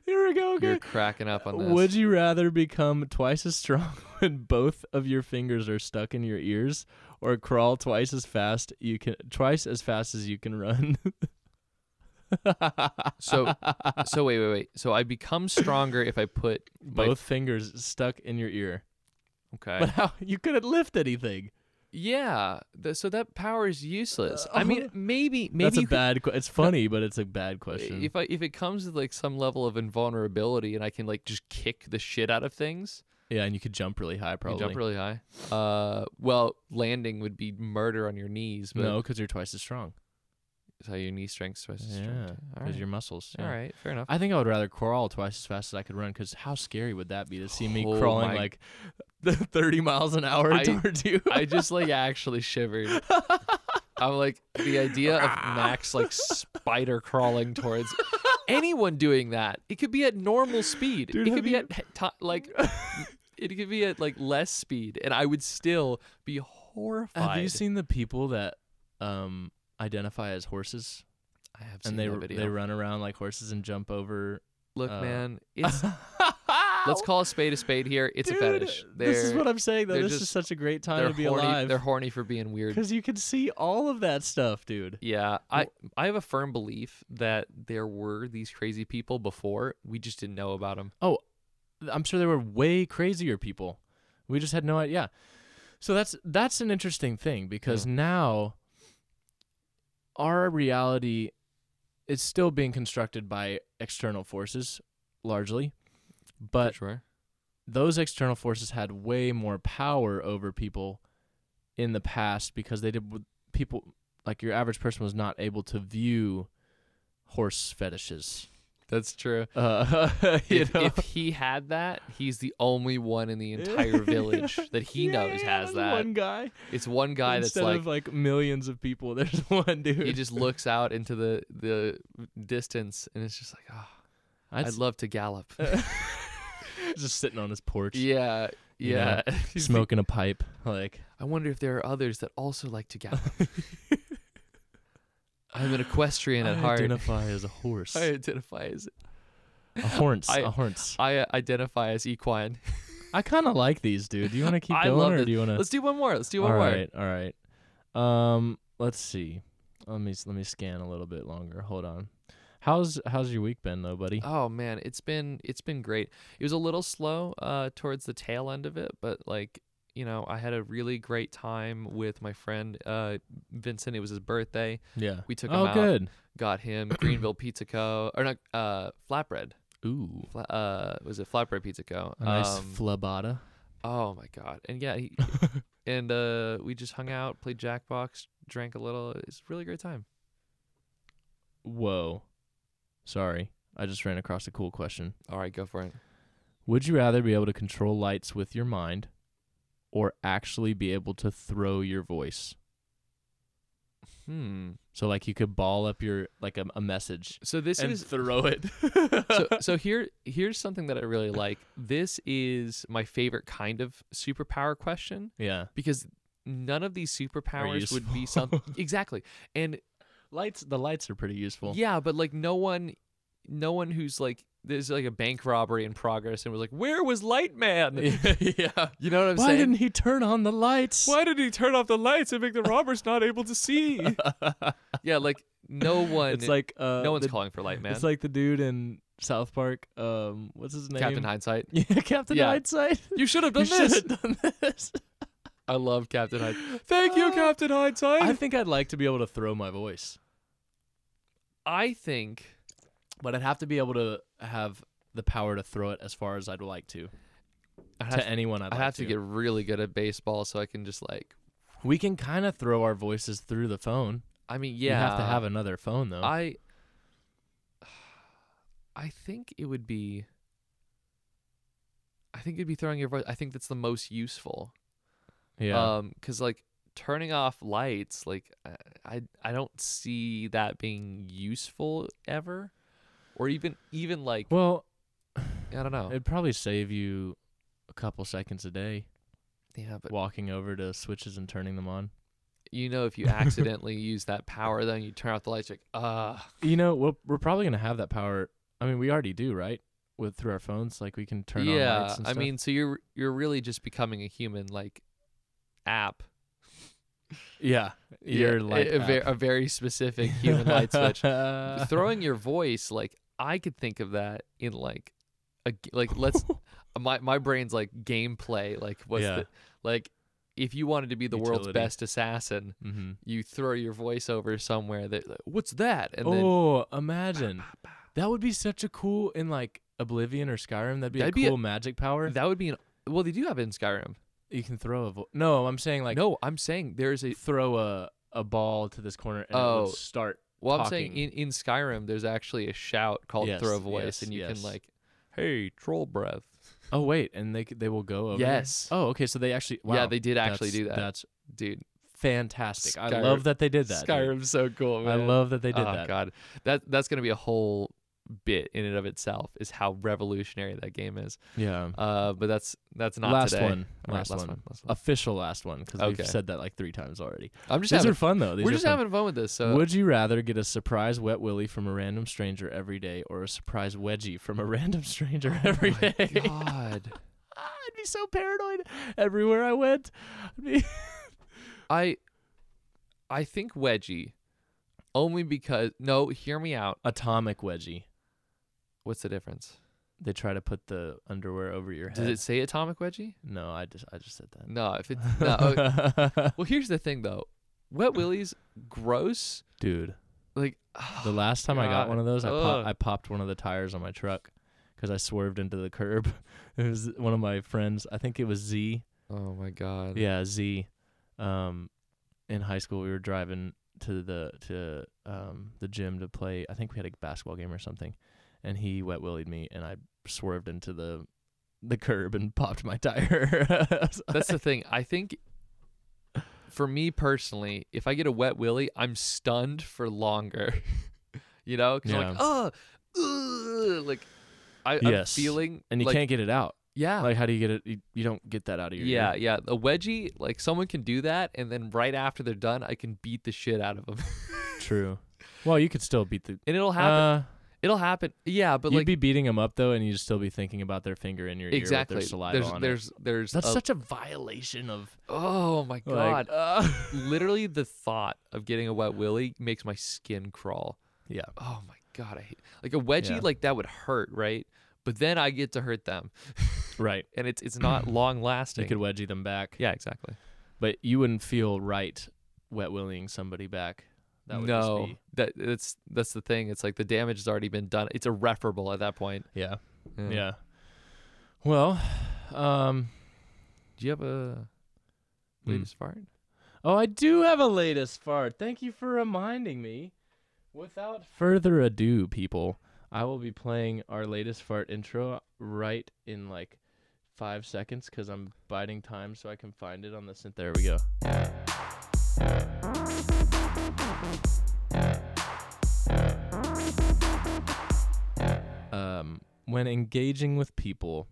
S2: Here we go. Okay.
S1: You're cracking up on this.
S2: Would you rather become twice as strong when both of your fingers are stuck in your ears, or crawl twice as fast you can twice as fast as you can run?
S1: So- so wait, wait, wait. So I become stronger if I put my-
S2: both fingers stuck in your ear, but
S1: Okay.
S2: how you couldn't lift anything?
S1: yeah. th- so that power is useless.
S2: Uh,
S1: I mean, maybe, maybe
S2: That's a
S1: you could- uh,
S2: bad. que- it's funny, but it's a bad question.
S1: if I if it comes with like some level of invulnerability and I can like just kick the shit out of things,
S2: yeah, and you could jump really high,
S1: you
S2: probably.
S1: jump really high. Uh, well, landing would be murder on your knees, but
S2: no, because you're twice as strong.
S1: so your knee strength's supposed to
S2: Yeah,
S1: All
S2: because
S1: right.
S2: your muscles. yeah.
S1: All right, fair enough.
S2: I think I would rather crawl twice as fast as I could run because how scary would that be to see me
S1: Oh
S2: crawling
S1: my-
S2: like 30 miles an hour
S1: I-
S2: towards you?
S1: I just like actually shivered. I'm like the idea of Max like spider crawling towards anyone doing that. It could be at normal speed.
S2: Dude,
S1: it could
S2: have
S1: be
S2: you-
S1: at he- ti like it could be at like less speed, and I would still be horrified.
S2: Have you seen the people that um, identify as horses
S1: I have seen
S2: and they
S1: that
S2: r-
S1: video.
S2: they run around like horses and jump over?
S1: Look,
S2: uh,
S1: man, it's let's call a spade a spade here. It's a
S2: Dude,
S1: fetish. They're,
S2: This is what I'm saying though.
S1: they're
S2: This is
S1: just-
S2: such a great
S1: they're
S2: time to be
S1: horny. They're
S2: alive
S1: horny for being weird.
S2: because you can see all of that stuff, dude.
S1: Yeah, I I have a firm belief that there were these crazy people before. We just didn't know about them.
S2: Oh, I'm sure there were way crazier people. We just had no idea. So that's that's an interesting thing because
S1: Mm.
S2: now our reality is still being constructed by external forces largely, but
S1: sure.
S2: those external forces had way more power over people in the past because they did people like your
S1: Mm.
S2: average person was not able to view horse fetishes.
S1: That's true.
S2: Uh, you
S1: If,
S2: know?
S1: if he had that, he's the only one in the entire village that he
S2: Yeah,
S1: knows
S2: yeah,
S1: has
S2: there's
S1: that.
S2: One guy
S1: It's one guy that's
S2: instead
S1: like
S2: of like millions of people, there's one dude.
S1: he just looks out into the the distance and it's just like, oh, I'd
S2: That's-
S1: love to gallop.
S2: just sitting on his porch,
S1: yeah,
S2: You know,
S1: yeah. He's the-
S2: smoking a pipe. Like
S1: I wonder if there are others that also like to gallop. I'm an equestrian at
S2: I
S1: heart.
S2: identify as a horse,
S1: I
S2: a
S1: identify as
S2: horse,
S1: I-
S2: a horse.
S1: I uh, identify as equine.
S2: I kind of like these, dude. Do you want to keep
S1: I
S2: going,
S1: love
S2: or
S1: it.
S2: do you want to?
S1: Let's do one more. Let's do one
S2: all
S1: more.
S2: right, all right. Um, let's see. Let me let me scan a little bit longer. Hold on. How's how's your week been though, buddy?
S1: Oh man, it's been it's been great. It was a little slow uh towards the tail end of it, but like you know, I had a really great time with my friend uh Vincent. It was his birthday.
S2: yeah.
S1: We took him
S2: Oh,
S1: out,
S2: good.
S1: got him Greenville Pizza Co. or not uh flatbread.
S2: Ooh,
S1: Fla- uh, was it Flatbread Pizza Co.
S2: a nice
S1: Um,
S2: flabata.
S1: oh my god! And yeah, he, and uh, we just hung out, played Jackbox, drank a little. It's a really great time.
S2: Whoa, sorry, I just ran across a cool question.
S1: All right, go for it.
S2: Would you rather be able to control lights with your mind, or actually be able to throw your voice?
S1: Hmm.
S2: So like you could ball up your like a, a message
S1: So this
S2: and
S1: is
S2: throw it.
S1: so, so here here's something that I really like. This is my favorite kind of superpower question
S2: yeah,
S1: because none of these superpowers would be something exactly. And
S2: lights. The lights are pretty useful.
S1: yeah, but like no one no one who's like there's like a bank robbery in progress and was like, "Where was Lightman?"
S2: yeah.
S1: You know what I'm
S2: Why
S1: saying?
S2: didn't he turn on the lights?
S1: Why did he turn off the lights and make the robbers not able to see? yeah, like no one
S2: it's like uh,
S1: no one's
S2: the-
S1: calling for Lightman.
S2: It's like the dude in South Park. Um, what's his name?
S1: Captain Hindsight.
S2: Yeah, Captain
S1: Yeah.
S2: Hindsight.
S1: You should have
S2: You
S1: done
S2: should
S1: this.
S2: have done this.
S1: I love Captain Hindsight. Ah. Thank you,
S2: Uh,
S1: Captain Hindsight.
S2: I think I'd like to be able to throw my voice,
S1: I think
S2: but I'd have to be able to have the power to throw it as far as I'd like to
S1: I
S2: to
S1: have, to,
S2: anyone I'd
S1: I
S2: like
S1: have to get really good at baseball so I can just like.
S2: We can kind of throw our voices through the phone.
S1: I mean,
S2: You
S1: yeah,
S2: have to have another phone though.
S1: I. I think it would be. I think it'd be throwing your voice. I think that's the most useful.
S2: yeah.
S1: Um, because like turning off lights, like I, I I don't see that being useful ever, or even even like
S2: well,
S1: I don't know.
S2: it'd probably save you a couple seconds a day
S1: yeah, but
S2: walking over to switches and turning them on.
S1: you know, if you accidentally use that power, then you turn off the lights. Like, ah,
S2: You know, we're, we're probably gonna have that power. I mean, we already do, right? With through our phones, like we can turn
S1: yeah,
S2: on lights. And
S1: I
S2: stuff.
S1: mean, so you're you're really just becoming a human like app.
S2: yeah, your
S1: Yeah, a-
S2: light
S1: a, ve-
S2: app.
S1: a very specific human light switch. Uh,
S2: Throwing.
S1: Throwing your voice, like I could think of that in like a g- like let's my my brain's like gameplay. Like what's
S2: Yeah.
S1: the like if you wanted to be the world's
S2: Utility.
S1: best assassin,
S2: Mm-hmm.
S1: you throw your voice over somewhere that like, what's that? And then
S2: oh, imagine that would be such a cool in like Oblivion or Skyrim. That'd be
S1: That'd
S2: a
S1: be a-
S2: cool magic power.
S1: that would be an well they do have it in Skyrim.
S2: you can throw a vo- no. I'm saying like
S1: no, I'm saying there's a
S2: throw a a ball to this corner and it
S1: Oh.
S2: would start.
S1: Well, I'm saying
S2: talking.
S1: in, in Skyrim, there's actually a shout called
S2: Yes,
S1: Throw Voice,
S2: yes,
S1: and you
S2: yes.
S1: can like, "Hey, troll breath."
S2: Oh wait, and they c- they will go over. there?
S1: Yes.
S2: Oh, okay. So they actually. Wow,
S1: yeah, they did actually
S2: that's-
S1: do that,
S2: That's
S1: dude.
S2: fantastic. I
S1: Skyrim-
S2: love that they did that. dude.
S1: Skyrim's so cool.
S2: I
S1: man.
S2: love that they did
S1: oh,
S2: that.
S1: God, that that's gonna be a whole bit in and of itself is how revolutionary that game is.
S2: Yeah.
S1: Uh, but that's that's not
S2: last
S1: today.
S2: one.
S1: All right,
S2: Last, one. Uh,
S1: Last one.
S2: Official last one because
S1: Okay.
S2: we've said that like three times already.
S1: I'm just
S2: These
S1: having,
S2: are fun though. These
S1: we're
S2: are
S1: just
S2: fun.
S1: having fun with this. So
S2: Would you rather get a surprise wet willy from a random stranger every day or a surprise wedgie from a random stranger every
S1: Oh my
S2: day?
S1: God,
S2: I'd be so paranoid everywhere I went. I'd be-
S1: I I think wedgie, only because no, hear me out.
S2: Atomic wedgie.
S1: What's the difference?
S2: They try to put the underwear over your head.
S1: Does it say atomic wedgie?
S2: No, I just I just said that.
S1: No, if it's no. oh, well, here's the thing though, wet willies gross.
S2: Dude,
S1: Like
S2: the last time I got
S1: God.
S2: one of those, I, pop,
S1: Ugh.
S2: I popped one of the tires on my truck because I swerved into the curb. It was one of my friends. I think it was Z.
S1: oh my god.
S2: Yeah, Z. Um, in high school, we were driving to the to um the gym to play. I think we had a basketball game or something, and he wet willied me, and I swerved into the the curb and popped my tire. I was
S1: That's the thing. I think for me personally, if I get a wet willy, I'm stunned for longer. you know, because I'm like,
S2: Yeah.
S1: oh, ugh," like I,
S2: Yes.
S1: I'm feeling,
S2: and you
S1: like,
S2: can't get it out.
S1: yeah.
S2: Like, how do you get it? You, you don't get that out of your
S1: yeah,
S2: ear.
S1: yeah. A wedgie, like someone can do that, and then right after they're done, I can beat the shit out of them,
S2: True. Well, you could still beat the.
S1: and it'll happen.
S2: Uh,
S1: it'll happen. Yeah, but
S2: you'd
S1: like
S2: be beating them up though, and you'd still be thinking about their finger in your
S1: exactly.
S2: ear with their saliva
S1: there's
S2: on it.
S1: there's there's
S2: That's
S1: a-
S2: such a violation of
S1: Oh my
S2: like,
S1: god. Literally the thought of getting a wet willy makes my skin crawl.
S2: yeah.
S1: Oh my god, I hate like a wedgie
S2: Yeah.
S1: like that would hurt, right? But then I get to hurt them
S2: Right.
S1: and it's it's not long
S2: You
S1: lasting.
S2: could wedgie them back.
S1: yeah, exactly.
S2: But you wouldn't feel right wet willying somebody back. That would
S1: no,
S2: just be
S1: that it's that's the thing. It's like the damage has already been done. It's irreparable at that point.
S2: yeah, yeah. Well, um,
S1: Do you have a
S2: Hmm.
S1: latest fart?
S2: oh, I do have a latest fart. Thank you for reminding me. Without further ado, people, I will be playing our latest fart intro right in like five seconds because I'm biding time so I can find it on the synth. There we go. Um, when engaging with people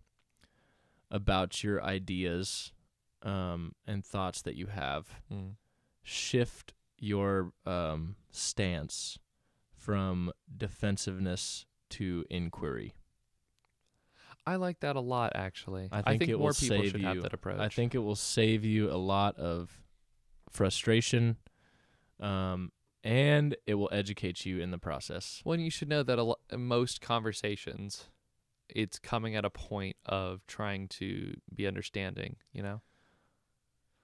S2: about your ideas um, and thoughts that you have, shift your um, stance from defensiveness to inquiry.
S1: I like that a lot, actually.
S2: I think it will
S1: more people
S2: save
S1: should have
S2: you.
S1: that approach.
S2: I think it will save you a lot of frustration, um, and it will educate you in the process.
S1: Well, and you should know that a lo- most conversations, it's coming at a point of trying to be understanding. You know.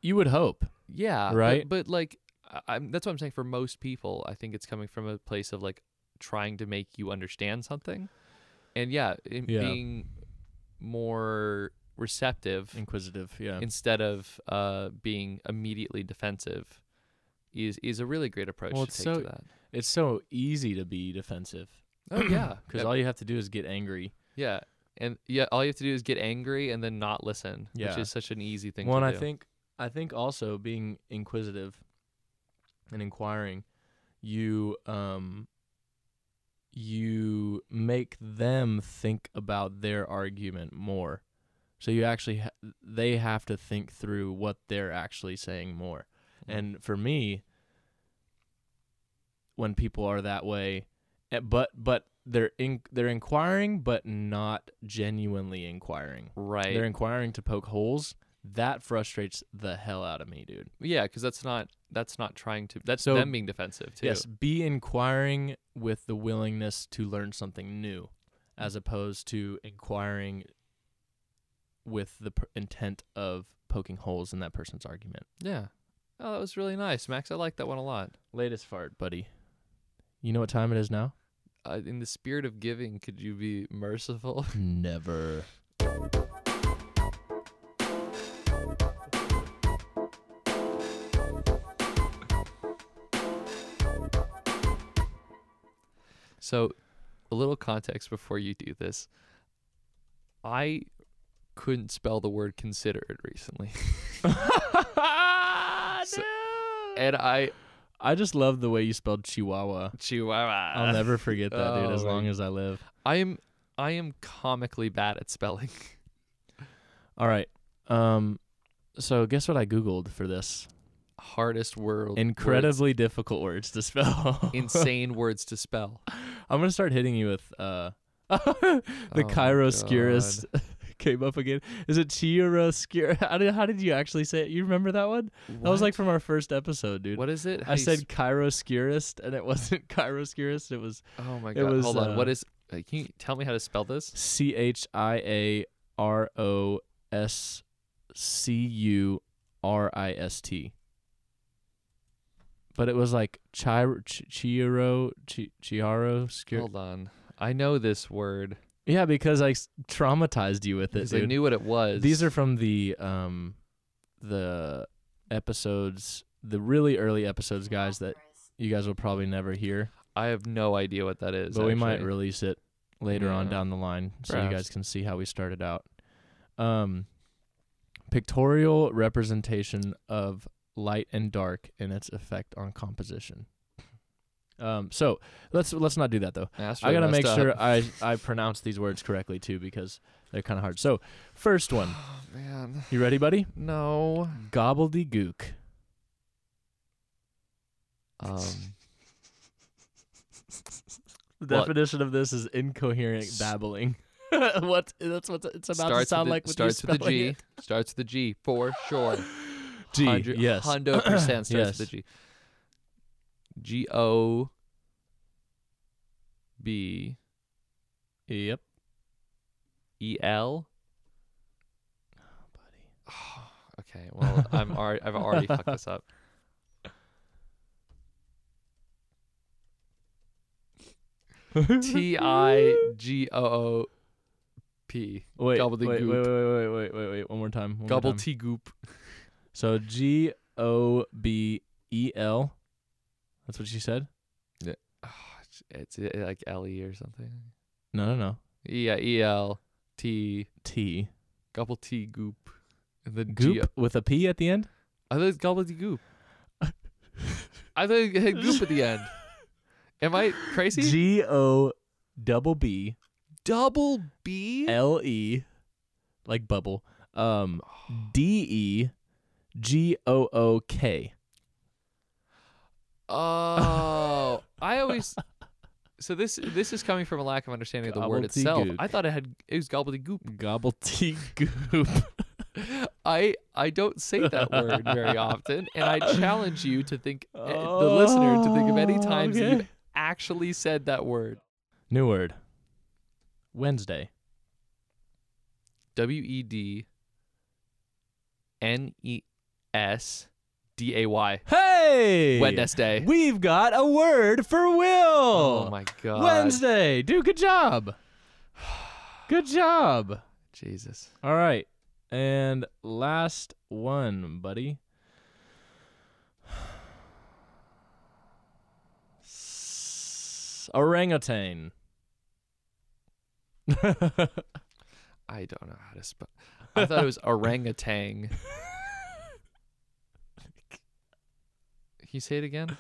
S2: You would hope.
S1: Yeah. but-
S2: Right?
S1: But, like, I- I'm, that's what I'm saying. For most people, I think it's coming from a place of like trying to make you understand something, and yeah, it,
S2: Yeah.
S1: being more receptive
S2: Inquisitive, yeah.
S1: instead of uh, being immediately defensive is is a really great approach
S2: Well,
S1: to
S2: it's
S1: take
S2: so-
S1: to that.
S2: it's so easy to be defensive
S1: Oh yeah,
S2: because
S1: Yeah,
S2: all you have to do is get angry.
S1: yeah. And yeah, all you have to do is get angry and then not listen,
S2: Yeah.
S1: which is such an easy thing
S2: One,
S1: to
S2: I
S1: do.
S2: think, I think also being inquisitive and inquiring, you, um, you make them think about their argument more. So you actually, ha- they have to think through what they're actually saying more.
S1: Mm.
S2: And for me, when people are that way, eh, but but they're in, they're inquiring, but not genuinely inquiring
S1: right.
S2: they're inquiring to poke holes. That frustrates the hell out of me, dude.
S1: yeah, because that's not that's not trying to. That's
S2: So-
S1: them being defensive too.
S2: Yes, be inquiring with the willingness to learn something new, as opposed to inquiring with the per- intent of poking holes in that person's argument.
S1: Yeah. Oh, that was really nice, Max. I like that one a lot.
S2: Latest fart, buddy. You know what time it is now?
S1: Uh, in the spirit of giving, could you be merciful?
S2: Never.
S1: So, a little context before you do this. I couldn't spell the word considered recently. So- and I
S2: I just love the way you spelled Chihuahua.
S1: Chihuahua.
S2: I'll never forget that, dude,
S1: Oh
S2: as
S1: my-
S2: long as I live.
S1: I am I am comically bad at spelling.
S2: All right. Um so guess what I googled for this?
S1: Hardest word.
S2: Incredibly difficult words to spell.
S1: words- insane words to spell.
S2: I'm going to start hitting you with uh
S1: Oh my
S2: the Chiaroscurus came up again. Is it Chiaroscurus? How did, how did you actually say it? You remember that one? That was like
S1: What?
S2: from our first episode, dude.
S1: What is it? How
S2: I
S1: you
S2: said Chiaroscurus and it wasn't Chiaroscurus, it was
S1: sp- Oh my
S2: it
S1: god.
S2: was,
S1: Hold on. What
S2: uh,
S1: is uh, Can you tell me how to spell this?
S2: C H I A R O S C U R I S T. But it was like Chiro, Ch- Chiro, Chi- Chiaro, Scur-
S1: Hold on. I know this word
S2: Yeah, because I s- traumatized you with it,
S1: because I
S2: dude.
S1: knew what it was.
S2: These are from the um, the episodes, the really early episodes, guys. That you guys will probably never hear,
S1: I have no idea what that is.
S2: but we might
S1: actually.
S2: release it later on
S1: Yeah.
S2: down the line so you
S1: Perhaps.
S2: guys can see how we started out. Um, pictorial representation of light and dark and its effect on composition. Um, so let's let's not do that though.
S1: That's
S2: I
S1: really
S2: gotta make
S1: messed
S2: sure
S1: up.
S2: I I pronounce these words correctly too because they're kind of hard. So first one,
S1: Oh man.
S2: you ready, buddy?
S1: No.
S2: Gobbledygook.
S1: Um
S2: The
S1: What?
S2: definition of this is incoherent
S1: S-
S2: babbling. what? That's what it's about to
S1: starts
S2: sound
S1: with a,
S2: like. with you
S1: starts with a
S2: spelling
S1: G.
S2: it.
S1: Starts with a G for sure.
S2: G.
S1: Hundred-
S2: yes.
S1: Hundo percent starts
S2: Yes.
S1: with a G. G O B
S2: Yep.
S1: E L.
S2: buddy.
S1: Okay, well, I'm already, I've already fucked this up. T I G O O P.
S2: Wait,
S1: Gobbledygook.
S2: wait, wait, wait, wait, wait, wait, wait, one more time. One
S1: Gobble
S2: more time.
S1: T Goop.
S2: So G O B E L. That's what she said.
S1: It's uh, like L E or something.
S2: No, no, no.
S1: Yeah, E L T
S2: T.
S1: Gobble T Goop. And then
S2: Goop
S1: G-
S2: with a P at the end.
S1: I thought it's Gobble T Goop. I thought it had goop at the end. Am I crazy?
S2: G O double B
S1: Double B.
S2: L E, like bubble. Um, D E G O O K.
S1: Oh, I always. So this this is coming from a lack of understanding of the word itself. I
S2: Gobbledygook.
S1: thought it had it was gobbledygook.
S2: Gobble T goop.
S1: I I don't say that word very often, and I challenge you to think uh, the listener to think of any
S2: Oh,
S1: times that
S2: okay.
S1: you've actually said that word.
S2: New word. Wednesday.
S1: W e d n e s d a y
S2: Hey!
S1: Wednesday.
S2: We've got a word for Will.
S1: Oh my god.
S2: Wednesday. Dude, good job. Good job.
S1: Jesus.
S2: All right. And last one, buddy. S- Orangutan.
S1: I don't know how to spell. I thought it was orangutan. Can you say it again?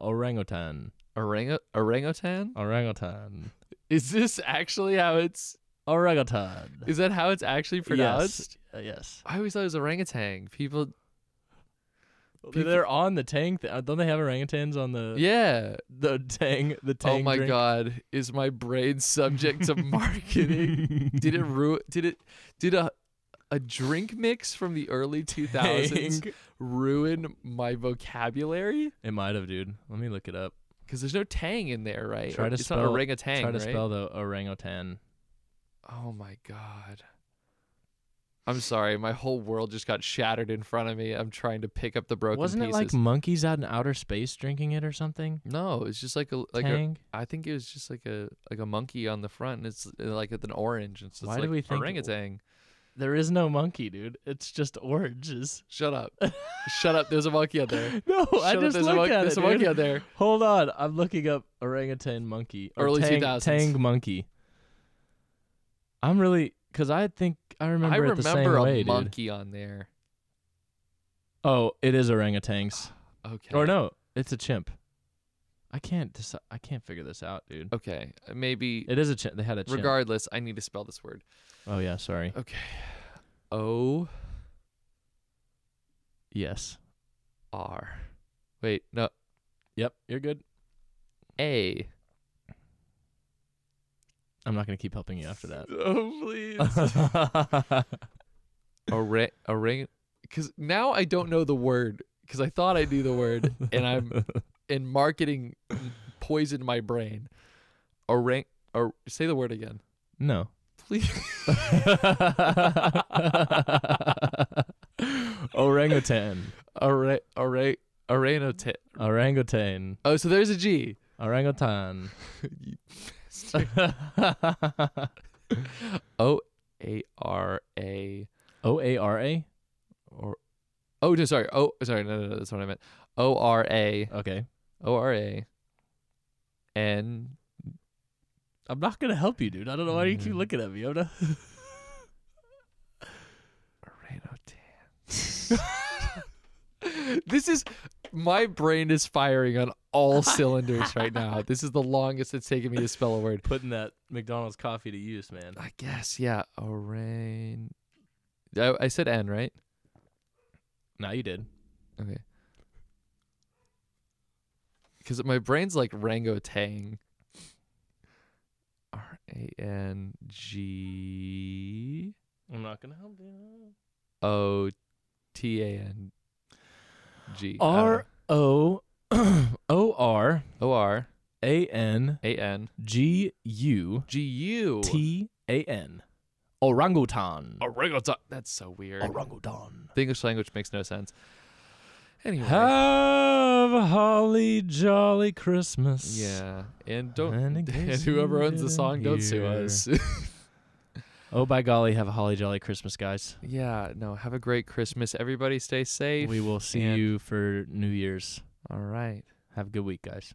S2: Orangutan.
S1: Orang- orangutan?
S2: Orangutan.
S1: Is this actually how it's?
S2: Orangutan.
S1: Is that how it's actually pronounced?
S2: Yes. Uh, yes.
S1: I always thought it was orangutan. People,
S2: People- They're on the tank. th- Don't they have orangutans on the
S1: yeah.
S2: the tang the tang?
S1: Oh my
S2: Uh, drink?
S1: god, is my brain subject to marketing? did it ruin? Did it? Did a a drink mix from the early two thousands
S2: Tang.
S1: ruin my vocabulary?
S2: It might have, dude. Let me look it up.
S1: Because there's no tang in there, right?
S2: Try
S1: Or
S2: to
S1: it's not
S2: spell-
S1: orangutan,
S2: Try to
S1: right?
S2: spell the orangutan.
S1: Oh my god. I'm sorry, my whole world just got shattered in front of me. I'm trying to pick up the broken
S2: Wasn't
S1: pieces.
S2: it like monkeys out in outer space drinking it or something?
S1: no, it's just like a like a
S2: tang.
S1: I think it was just like a like a monkey on the front, and it's uh, like it's an orange. And so it's
S2: Why do
S1: like
S2: we think-
S1: orangutan?
S2: There is no monkey, dude. It's just oranges.
S1: Shut up! Shut up! There's a monkey out there.
S2: No,
S1: Shut
S2: I
S1: up,
S2: just
S1: there's
S2: looked
S1: a monkey,
S2: at it.
S1: There's a monkey
S2: dude.
S1: out there.
S2: Hold on, I'm looking up orangutan monkey. or
S1: Early
S2: tang,
S1: 2000s.
S2: Tang monkey. I'm really because I think I remember
S1: I
S2: it
S1: remember
S2: the same
S1: a
S2: way, dude.
S1: monkey on there.
S2: Oh, it is orangutans.
S1: Okay.
S2: Or no, it's a chimp. I can't decide. I can't figure this out, dude.
S1: Okay. uh, Maybe.
S2: It is a chimp. They had a chimp.
S1: Regardless, I need to spell this word.
S2: oh yeah, sorry.
S1: Okay. O
S2: Yes.
S1: R. Wait. No.
S2: Yep. You're good.
S1: A.
S2: I'm not gonna keep helping you after that.
S1: Oh please. a ring. A ring. Because now I don't know the word. Because I thought I knew the word, and I'm and marketing poisoned my brain. Orang or say the word again.
S2: no.
S1: Please
S2: orangutan.
S1: Ara Ara Aranote.
S2: Orangutan.
S1: Oh, so there's a G.
S2: Orangutan.
S1: You bastard. o A R A
S2: O A R A.
S1: or Oh no sorry. Oh sorry, no no no, that's what I meant. O R A
S2: Okay.
S1: O R A N
S2: I'm not gonna help you, dude. I don't know why you keep looking at me. I'm not.
S1: Aranotan. this is my brain is firing on all cylinders right now. This is the longest it's taken me to spell a word.
S2: putting that McDonald's coffee to use, man.
S1: I guess, yeah. Oran. I, I said N, right?
S2: Now you did.
S1: Okay. Because my brain's like Rango Tang. R A N G
S2: I'm not gonna help you.
S1: O T A N G.
S2: R O O R
S1: O R
S2: A N
S1: A N
S2: G U
S1: G U
S2: T A N. Orangutan.
S1: Orangutan. That's so weird.
S2: Orangutan.
S1: The English language makes no sense. Anyway.
S2: Have a holly jolly Christmas.
S1: yeah. And don't
S2: And in
S1: and,
S2: case you
S1: whoever owns the
S2: didn't
S1: song, don't sue
S2: hear.
S1: us.
S2: Oh, by golly, have a holly jolly Christmas, guys.
S1: yeah, no, have a great Christmas. Everybody stay safe.
S2: We will see
S1: and-
S2: you for New Year's.
S1: All right.
S2: Have a good week, guys.